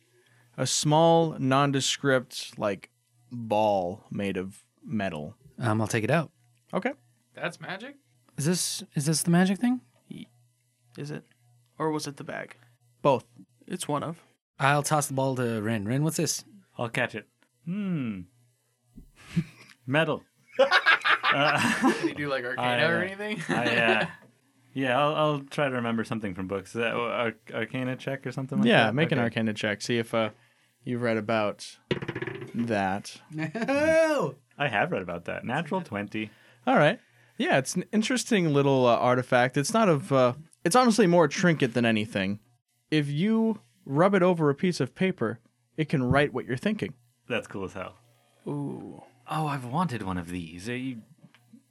a small nondescript like ball made of metal. Um, I'll take it out. Okay. That's magic. Is this is this the magic thing? Is it? Or was it the bag? Both. It's one of. I'll toss the ball to Ren. Ren, what's this? I'll catch it. Hmm. Metal. Did he do like I, Arcana uh, or anything? I, uh, yeah, I'll, I'll try to remember something from books. Is that uh, Ar- Arcana check or something like that? Yeah, make an Okay. arcana check. See if uh, you've read about that. I have read about that. Natural 20. All right. Yeah, it's an interesting little uh, artifact. It's not of. Uh, it's honestly more a trinket than anything. If you rub it over a piece of paper, it can write what you're thinking. That's cool as hell. Ooh. Oh, I've wanted one of these. Uh, You,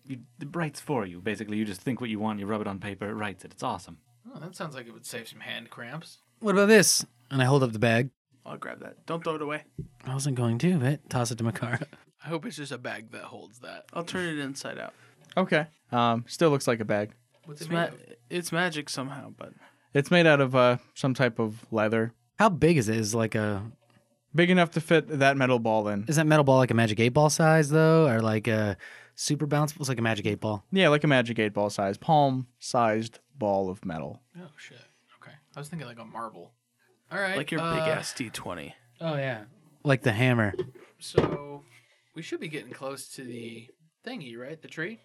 you, it writes for you. Basically, you just think what you want, you rub it on paper, it writes it. It's awesome. Oh, that sounds like it would save some hand cramps. What about this? And I hold up the bag. I'll grab that. Don't throw it away. I wasn't going to, but toss it to Makara. I hope it's just a bag that holds that. I'll turn it inside out. Okay. Um, still looks like a bag. What's It's it ma- made of? it's magic somehow, but It's made out of uh, some type of leather, How big is it? Is like a big enough to fit that metal ball in. is that metal ball like a magic eight ball size though, or like a super bounce? It's like a magic eight ball. Yeah, like a magic eight ball size, palm sized ball of metal. Oh shit. Okay. I was thinking like a marble. All right. like your uh, big ass D twenty. Oh yeah. Like the hammer. So we should be getting close to the thingy, right? The tree.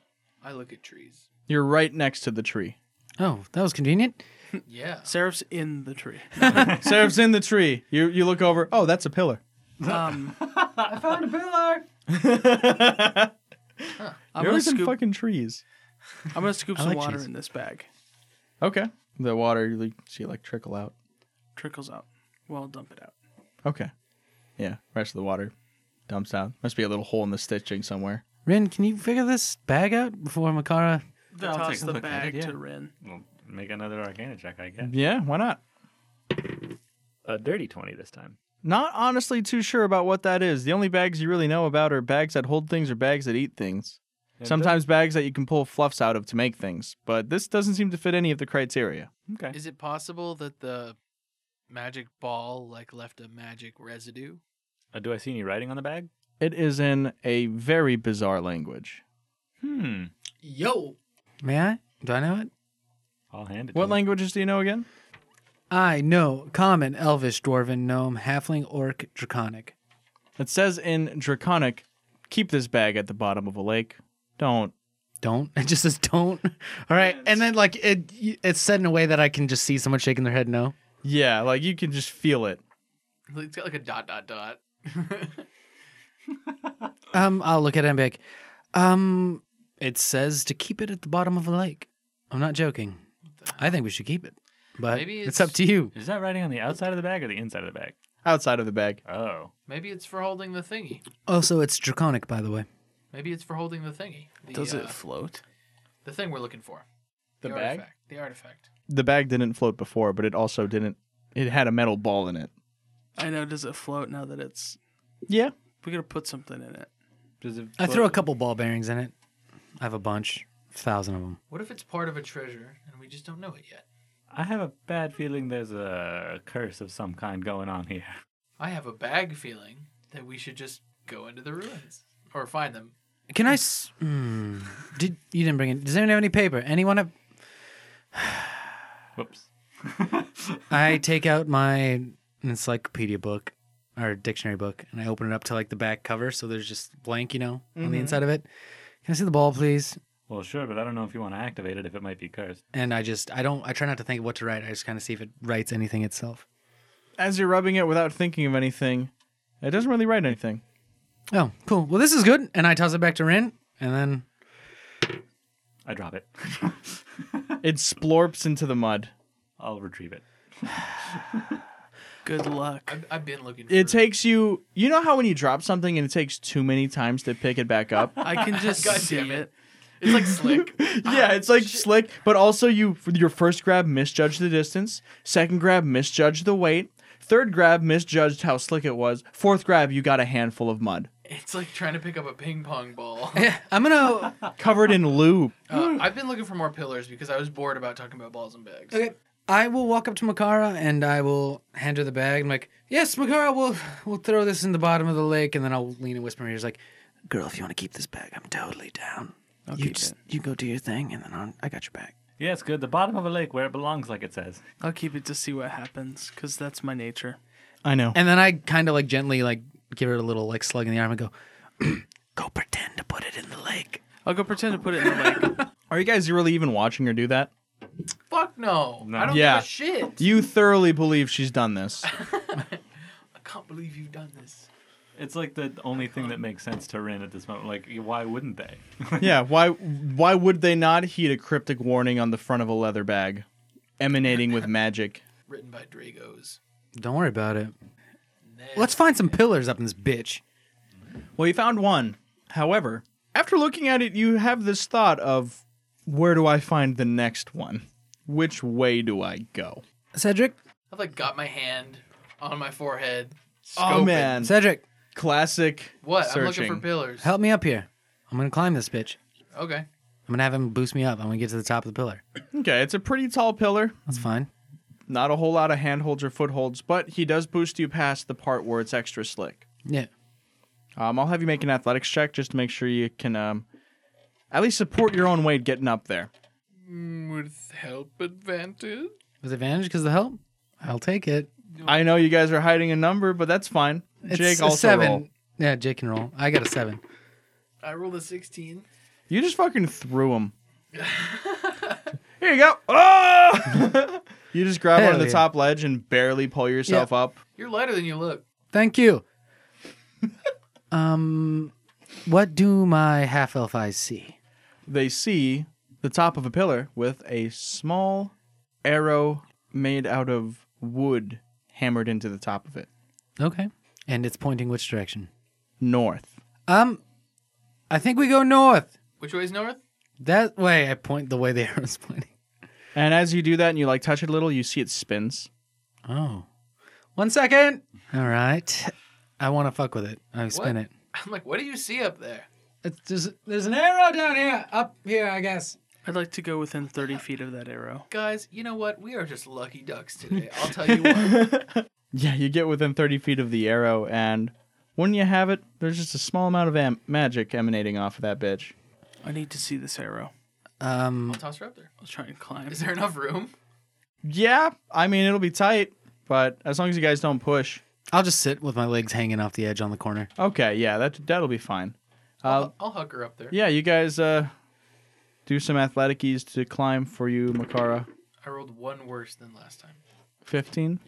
I look at trees. You're right next to the tree. Oh, that was convenient. Yeah. Seraph's in the tree. Seraph's in the tree. You you look over. Oh, that's a pillar. Um, I'm You're gonna always in scoop. fucking trees. I'm gonna scoop I some like water cheese. in this bag. Okay. The water you like, see like trickle out. Trickles out. Well, I'll dump it out. Okay. Yeah. Rest of the water dumps out. Must be a little hole in the stitching somewhere. Ren, can you figure this bag out before Makara? I'll Toss take a the look at bag it, yeah. to Rin. Well, make another Arcana check, I guess. Yeah. Why not? A dirty 20 this time. Not honestly too sure about what that is. The only bags you really know about are bags that hold things or bags that eat things. Yeah, Sometimes bags that you can pull fluffs out of to make things, but this doesn't seem to fit any of the criteria. Okay. Is it possible that the magic ball like left a magic residue? Uh, do I see any writing on the bag? It is in a very bizarre language. Hmm. Yo. May I? Do I know it? I'll hand it What to him. languages do you know again? I know common, elvish, dwarven, gnome, halfling, orc, draconic. It says in Draconic, keep this bag at the bottom of a lake. Don't. Don't. It just says don't. All right, and then like it, it's said in a way that I can just see someone shaking their head no. Yeah, like you can just feel it. It's got like a dot dot dot. Um, I'll look at it and be like, um, it says to keep it at the bottom of a lake. I'm not joking. I think we should keep it, but Maybe it's, it's- up to you. Is that writing on the outside of the bag or the inside of the bag? Outside of the bag. Oh. Maybe it's for holding the thingy. Also, Oh, it's draconic, by the way. Maybe it's for holding the thingy. The, Does uh, it float? the thing we're looking for. The bag? Artifact. The artifact. The bag didn't float before, but it also didn't. It had a metal ball in it. I know. Does it float now that it's? Yeah. We gotta put something in it. Does it I throw a couple ball bearings in it. I have a bunch, thousand of them. What if it's part of a treasure and we just don't know it yet? I have a bad feeling there's a curse of some kind going on here. I have a bag feeling that we should just go into the ruins or find them. Can I? S- Hmm. Did you didn't bring it? Does anyone have any paper? Anyone have? Whoops. I take out my encyclopedia book or dictionary book and I open it up to like the back cover, so there's just blank, you know, on the inside of it. Can I see the ball, please? Well, sure, but I don't know if you want to activate it if it might be cursed. And I just, I don't, I try not to think of what to write. I just kind of see if it writes anything itself. As you're rubbing it without thinking of anything, it doesn't really write anything. Oh, cool. Well, this is good. And I toss it back to Rin, and then I drop it. It splorps into the mud. I'll retrieve it. Good luck. I've, I've been looking. For, It takes you. You know how when you drop something and it takes too many times to pick it back up. I can just God see damn it. it. It's like slick. yeah, it's like slick, but also you your first grab misjudged the distance, second grab misjudged the weight, third grab misjudged how slick it was, fourth grab you got a handful of mud It's like trying to pick up a ping pong ball. I'm gonna. covered in lube. Uh, I've been looking for more pillars because I was bored about talking about balls and bags. Okay. I will walk up to Makara and I will hand her the bag. I'm like, yes, Makara, we'll we'll throw this in the bottom of the lake, and then I'll lean and whisper in her ears like, girl, if you want to keep this bag, I'm totally down. you just you go do your thing, and then I'll, I got your back. Yeah, it's good. The bottom of a lake where it belongs, like it says. I'll keep it to see what happens because that's my nature. I know. And then I kind of like gently like give her a little like slug in the arm and go, go pretend to put it in the lake. I'll go pretend to put it in the lake. Are you guys really even watching her do that? Fuck no. I don't Yeah. give a shit. You thoroughly believe she's done this. I can't believe you've done this. It's like the only thing that makes sense to Rin at this moment. Like, why wouldn't they? yeah, why why would they not heed a cryptic warning on the front of a leather bag emanating with magic? Written by Dragos. Don't worry about it. Let's find some pillars up in this bitch. Well, you found one. However, after looking at it, you have this thought of where do I find the next one? Which way do I go? Cedric, I've like got my hand on my forehead. Oh scoping. man, Cedric, classic. What? Searching. I'm looking for pillars. help me up here. I'm gonna climb this bitch. Okay. I'm gonna have him boost me up. I'm gonna get to the top of the pillar. Okay, it's a pretty tall pillar. That's fine. Not a whole lot of handholds or footholds, but he does boost you past the part where it's extra slick. Yeah. Um, I'll have you make an athletics check just to make sure you can um, at least support your own weight getting up there. With help advantage. With advantage because of the help? I'll take it. I know you guys are hiding a number, but that's fine. It's Jake a also seven. roll. Yeah, Jake can roll. I got a seven. I rolled a 16. You just fucking threw him. Here you go. Oh! you just grab Hell onto the yeah. top ledge and barely pull yourself up. You're lighter than you look. Thank you. um, what do my half elf eyes see? They see the top of a pillar with a small arrow made out of wood hammered into the top of it. Okay. And it's pointing which direction? North. Um, I think we go north. Which way is north? That way, I point the way the arrow's pointing. And as you do that and you like touch it a little, you see it spins. Oh. One second. All right. I want to fuck with it. I spin What? it. I'm like, what do you see up there? It's, there's, there's an arrow down here. Up here, I guess. I'd like to go within 30 feet of that arrow. Guys, you know what? We are just lucky ducks today. I'll tell you what. Yeah, you get within 30 feet of the arrow, and when you have it, there's just a small amount of am- magic emanating off of that bitch. I need to see this arrow. Um, I'll toss her up there. I'll try and climb. Is there enough room? Yeah, I mean it'll be tight, but as long as you guys don't push. I'll just sit with my legs hanging off the edge on the corner. Okay, yeah, that that'll be fine. Uh, I'll, I'll hug her up there. yeah, you guys uh, do some athleticies to climb for you, Makara. I rolled one worse than last time. Fifteen.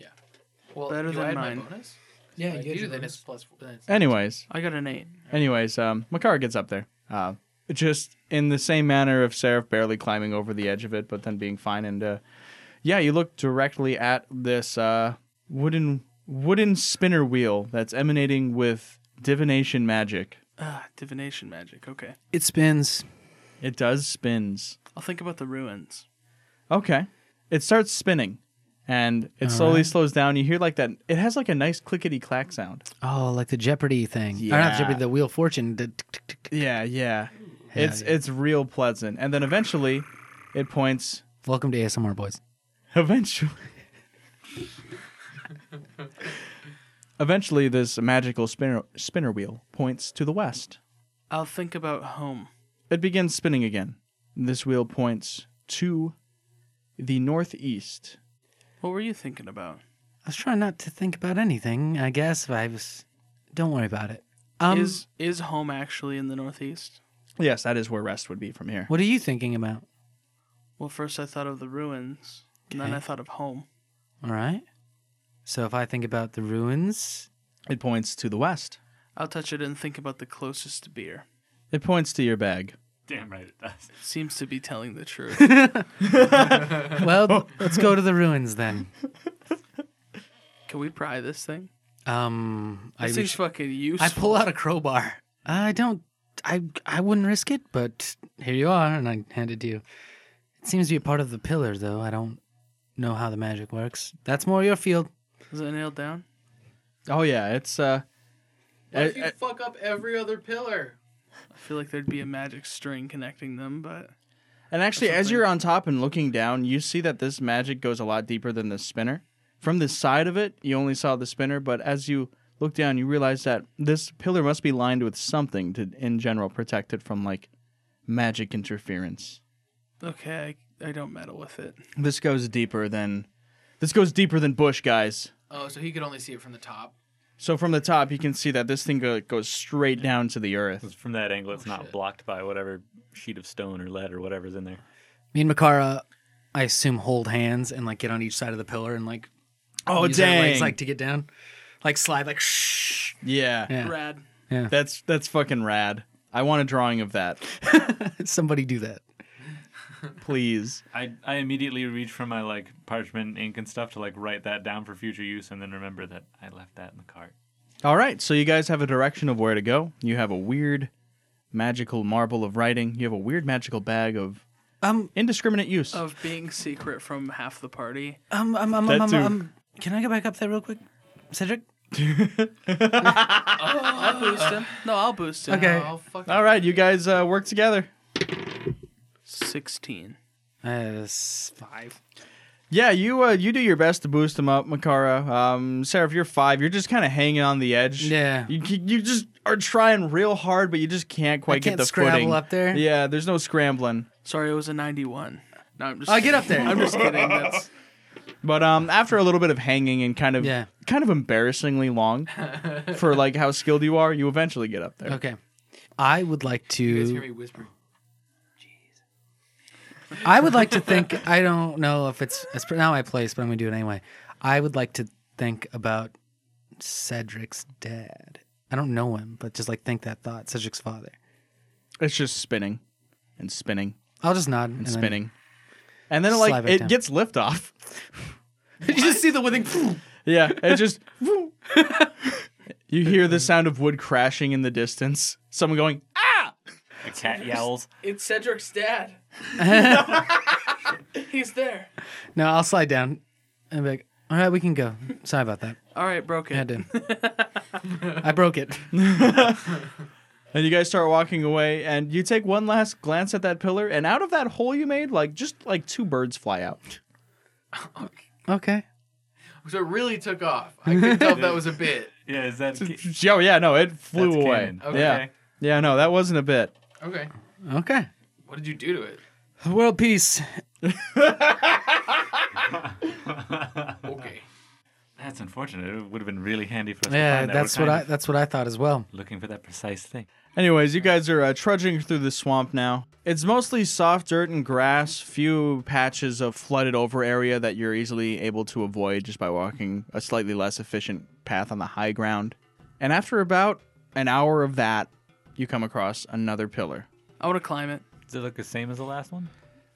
Well, Better do than I add mine. my bonus? Yeah, If I do, then it's plus. Then it's Anyways, I got an eight. anyways, um, Makara gets up there. Uh, just in the same manner of Seraph barely climbing over the edge of it, but then being fine. And uh, yeah, you look directly at this uh, wooden wooden spinner wheel that's emanating with divination magic. Ah, divination magic. Okay. It spins. It does spins. I'll think about the ruins. Okay. It starts spinning and it slowly slows down. You hear like that. It has like a nice clickety clack sound. Oh, like the Jeopardy thing. Or not Yeah. Jeopardy, the Wheel of Fortune. The tick, tick, tick. Yeah, yeah. It's yeah. it's real pleasant. And then eventually it points Welcome to ASMR, boys. eventually Eventually this magical spinner spinner wheel points to the west. I'll think about home. It begins spinning again. This wheel points to the northeast. What were you thinking about? I was trying not to think about anything, I guess. But I was. Don't worry about it. Um, is is home actually in the northeast? Yes, that is where rest would be from here. what are you thinking about? Well, first I thought of the ruins, and then Okay. I thought of home. All right. So if I think about the ruins, It points to the west. I'll touch it and think about the closest beer. It points to your bag. Damn right it does. Seems to be telling the truth. Oh. well, let's go to the ruins then. Can we pry this thing? Um, I, This thing's reach- fucking useful. I pull out a crowbar. I don't. I I wouldn't risk it, but here you are, and I hand it to you. It seems to be a part of the pillar, though. I don't know how the magic works. That's more your field. Is it nailed down? Oh yeah, it's uh, I- I- fuck up every other pillar? I feel like there'd be a magic string connecting them, but and actually, as something. you're on top and looking down, you see that this magic goes a lot deeper than the spinner. From the side of it, you only saw the spinner, but as you look down, you realize that this pillar must be lined with something to, in general, protect it from like magic interference. okay, I, I don't meddle with it. This goes deeper than, this goes deeper than bush, guys. Oh, so he could only see it from the top. So from the top, you can see that this thing go, goes straight down to the earth. From that angle, it's not shit. blocked by whatever sheet of stone or lead or whatever's in there. Me and Makara, I assume, hold hands and like get on each side of the pillar and like Oh use our legs like to get down, like slide, like shh. yeah. Yeah. Rad. That's that's fucking rad. I want a drawing of that, Somebody do that. please. I, I immediately reach for my like parchment ink and stuff to like write that down for future use and then remember that I left that in the cart. All right, so you guys have a direction of where to go. You have a weird magical marble of writing. You have a weird magical bag of Um, indiscriminate use. Of being secret from half the party. um, um, um, That um, um, too. um, Can I go back up there real quick, Cedric? I boost him. No, I'll boost him. Okay. Oh fuck! All right, you guys uh, work together. 16. Uh, s- five. Yeah, you uh, you do your best to boost them up, Makara. Um, Seraph, you're five. You're just kind of hanging on the edge. Yeah. You c- you just are trying real hard, but you just can't quite can't get the scramble footing. up there. Yeah, there's no scrambling. Sorry, it was a 91. No, I'm just. Oh, get up there. I'm just kidding. That's But um, after a little bit of hanging and kind of Yeah. kind of embarrassingly long for like how skilled you are, you eventually get up there. Okay. I would like You guys hear to. me whisper? I would like to think. I don't know if it's it's not my place, but I'm gonna do it anyway. I would like to think about Cedric's dad. I don't know him, but just like think that thought. Cedric's father. It's just spinning and spinning I'll just nod and, and, spinning. And then it, Slide like back it down. gets lift off. Then, you just see the withing. Yeah, it just You hear the sound of wood crashing in the distance. Someone going, The cat yowls. It's Cedric's dad. He's there. no, I'll slide down and be like, "All right, we can go." Sorry about that. All right, broke I had it. to. I broke it. and you guys start walking away and you take one last glance at that pillar and out of that hole you made, like just like two birds fly out. Okay. So it really took off. I could tell that was a bit. Yeah, is that ca- Oh yeah, no, it flew That's away. canon. Okay. Yeah. Yeah, no, that wasn't a bit. Okay. Okay. What did you do to it? World peace. Uh, Okay. That's unfortunate. It would have been really handy for us to Yeah, find that. We're that's what kind I. of That's what I thought as well. looking for that precise thing. Anyways, you guys are uh, trudging through the swamp now. It's mostly soft dirt and grass, few patches of flooded over area that you're easily able to avoid just by walking a slightly less efficient path on the high ground. And after about an hour of that, you come across another pillar. I want to climb it. Does it look the same as the last one?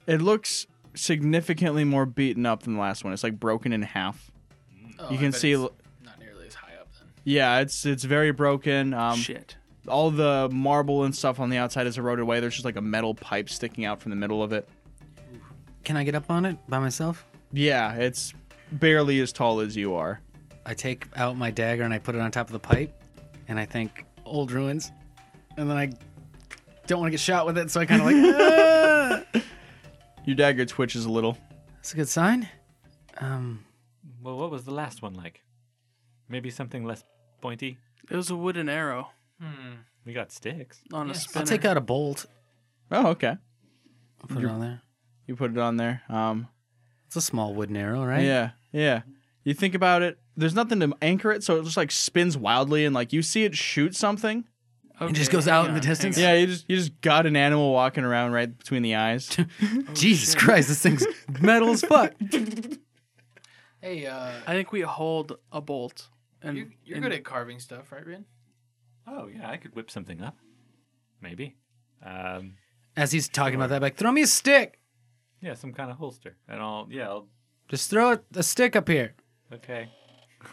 It looks significantly more beaten up than the last one. It's like broken in half. Oh, You I can bet see it's l- not nearly as high up then. Yeah, it's it's very broken. Um, Shit. all the marble and stuff on the outside is eroded away. There's just like a metal pipe sticking out from the middle of it. Can I get up on it by myself? Yeah, it's barely as tall as you are. I take out my dagger and I put it on top of the pipe, and I think old ruins, and then I don't want to get shot with it, so I kind of like Your dagger twitches a little. that's a good sign. Um, Well, what was the last one like? Maybe something less pointy. It was a wooden arrow We got sticks. on a spinner. I'll take out a bolt. Oh, okay. I'll put it on there. You put it on there. Um, It's a small wooden arrow, right? yeah, yeah. You think about it. There's nothing to anchor it, so it just like spins wildly, and like you see it shoot something. Okay, It just goes out hang in the on, hang distance. on. Yeah, you just you just got an animal walking around right between the eyes. Jesus Christ, this thing's metal as fuck. Hey, uh, I think we hold a bolt. And you, you're good at carving stuff, right, Rin? Oh yeah, I could whip something up. Maybe. Um, As he's talking about that, like throw me a stick. yeah, some kind of holster, and I'll yeah, I'll, Just throw a, a stick up here. okay.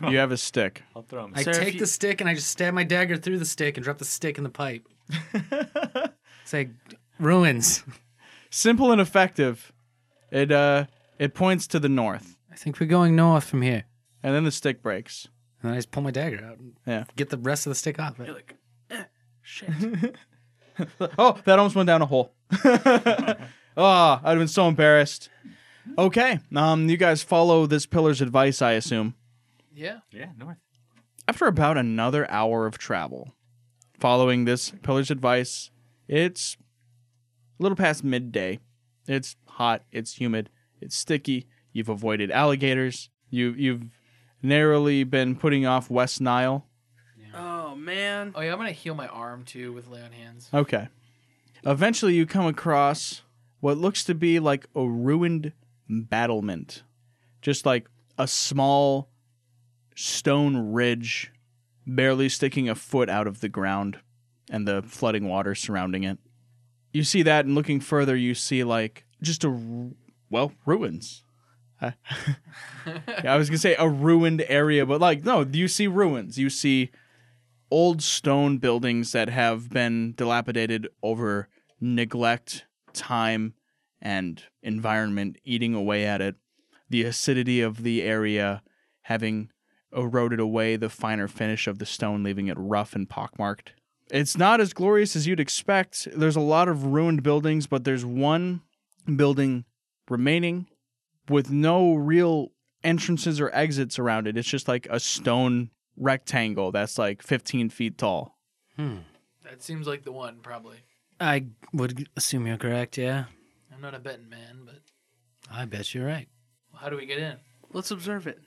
You have a stick. I'll throw him. I Sarah, if take you- the stick and I just stab my dagger through the stick and drop the stick in the pipe. Say, ruins. Simple and effective. It uh it points to the north, I think we're going north from here. and then the stick breaks. And then I just pull my dagger out and Yeah. get the rest of the stick off it. You're like, eh, shit. Oh, that almost went down a hole. Ah, I'd have been so embarrassed. Okay. Um, you guys follow this pillar's advice, I assume. Yeah. yeah, north. After about another hour of travel, following this pillar's advice, it's a little past midday. It's hot, it's humid, it's sticky. You've avoided alligators. You you've narrowly been putting off West Nile. oh man. Oh yeah, I'm gonna heal my arm too with lay on hands. Okay. Eventually, you come across what looks to be like a ruined battlement, just like a small stone ridge, barely sticking a foot out of the ground, and the flooding water surrounding it. You see that, and looking further, you see like just a ru- well ruins. I I was gonna say a ruined area, but like no, you see ruins. You see old stone buildings that have been dilapidated over neglect, time, and environment eating away at it. The acidity of the area having eroded away the finer finish of the stone, leaving it rough and pockmarked. It's not as glorious as you'd expect. There's a lot of ruined buildings, but there's one building remaining with no real entrances or exits around it. It's just like a stone rectangle that's like 15 feet tall. That seems like the one probably. I would assume you're correct, yeah. I'm not a betting man, but I bet you're right. how do we get in? Let's observe it.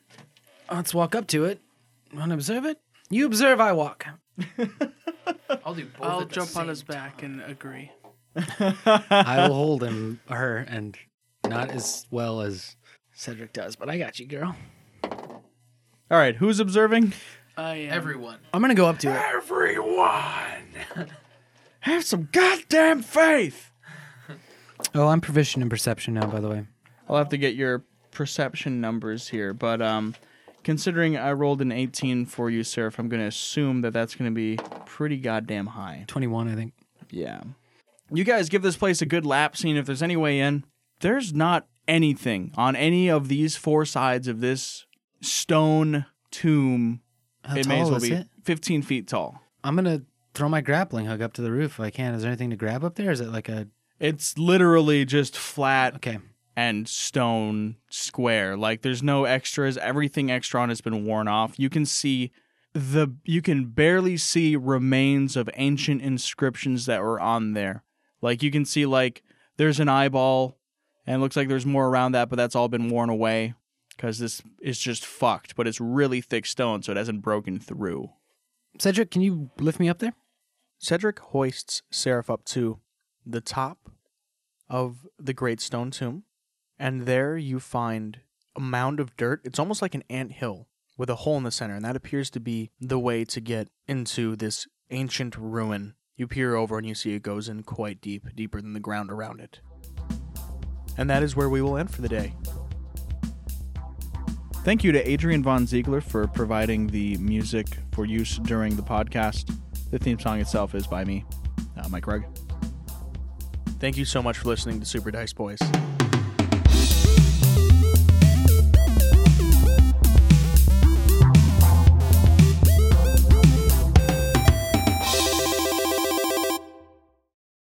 Let's walk up to it. Want to observe it? You observe, I walk. I'll do both. I'll at the jump on same his back and agree. I will hold him, her, and not as well as Cedric does, but I got you, girl. All right, who's observing? I am. Everyone. I'm gonna go up to it. Have some goddamn faith. Oh, I'm proficient in perception now, by the way. I'll have to get your perception numbers here, but um considering I rolled an 18 for you, Seraph, I'm going to assume that that's going to be pretty goddamn high. 21, I think. Yeah. You guys give this place a good lap, seeing if there's any way in. There's not anything on any of these four sides of this stone tomb. How it tall may as well is be it? 15 feet tall. I'm gonna throw my grappling hook up to the roof if I can. Is there anything to grab up there? Is it like a It's literally just flat okay? and stone square. Like there's no extras. Everything extra on has been worn off. You can see the you can barely see remains of ancient inscriptions that were on there. Like you can see like there's an eyeball and it looks like there's more around that, but that's all been worn away cuz this is just fucked, but it's really thick stone so it hasn't broken through. Cedric, can you lift me up there? Cedric hoists Seraph up to the top of the Great Stone Tomb, and there you find a mound of dirt. It's almost like an ant hill with a hole in the center, and that appears to be the way to get into this ancient ruin. You peer over and you see it goes in quite deep, deeper than the ground around it. And that is where we will end for the day. Thank you to Adrian Von Ziegler for providing the music for use during the podcast. The theme song itself is by me, uh, Mike Rugg. Thank you so much for listening to Super Dice Boys.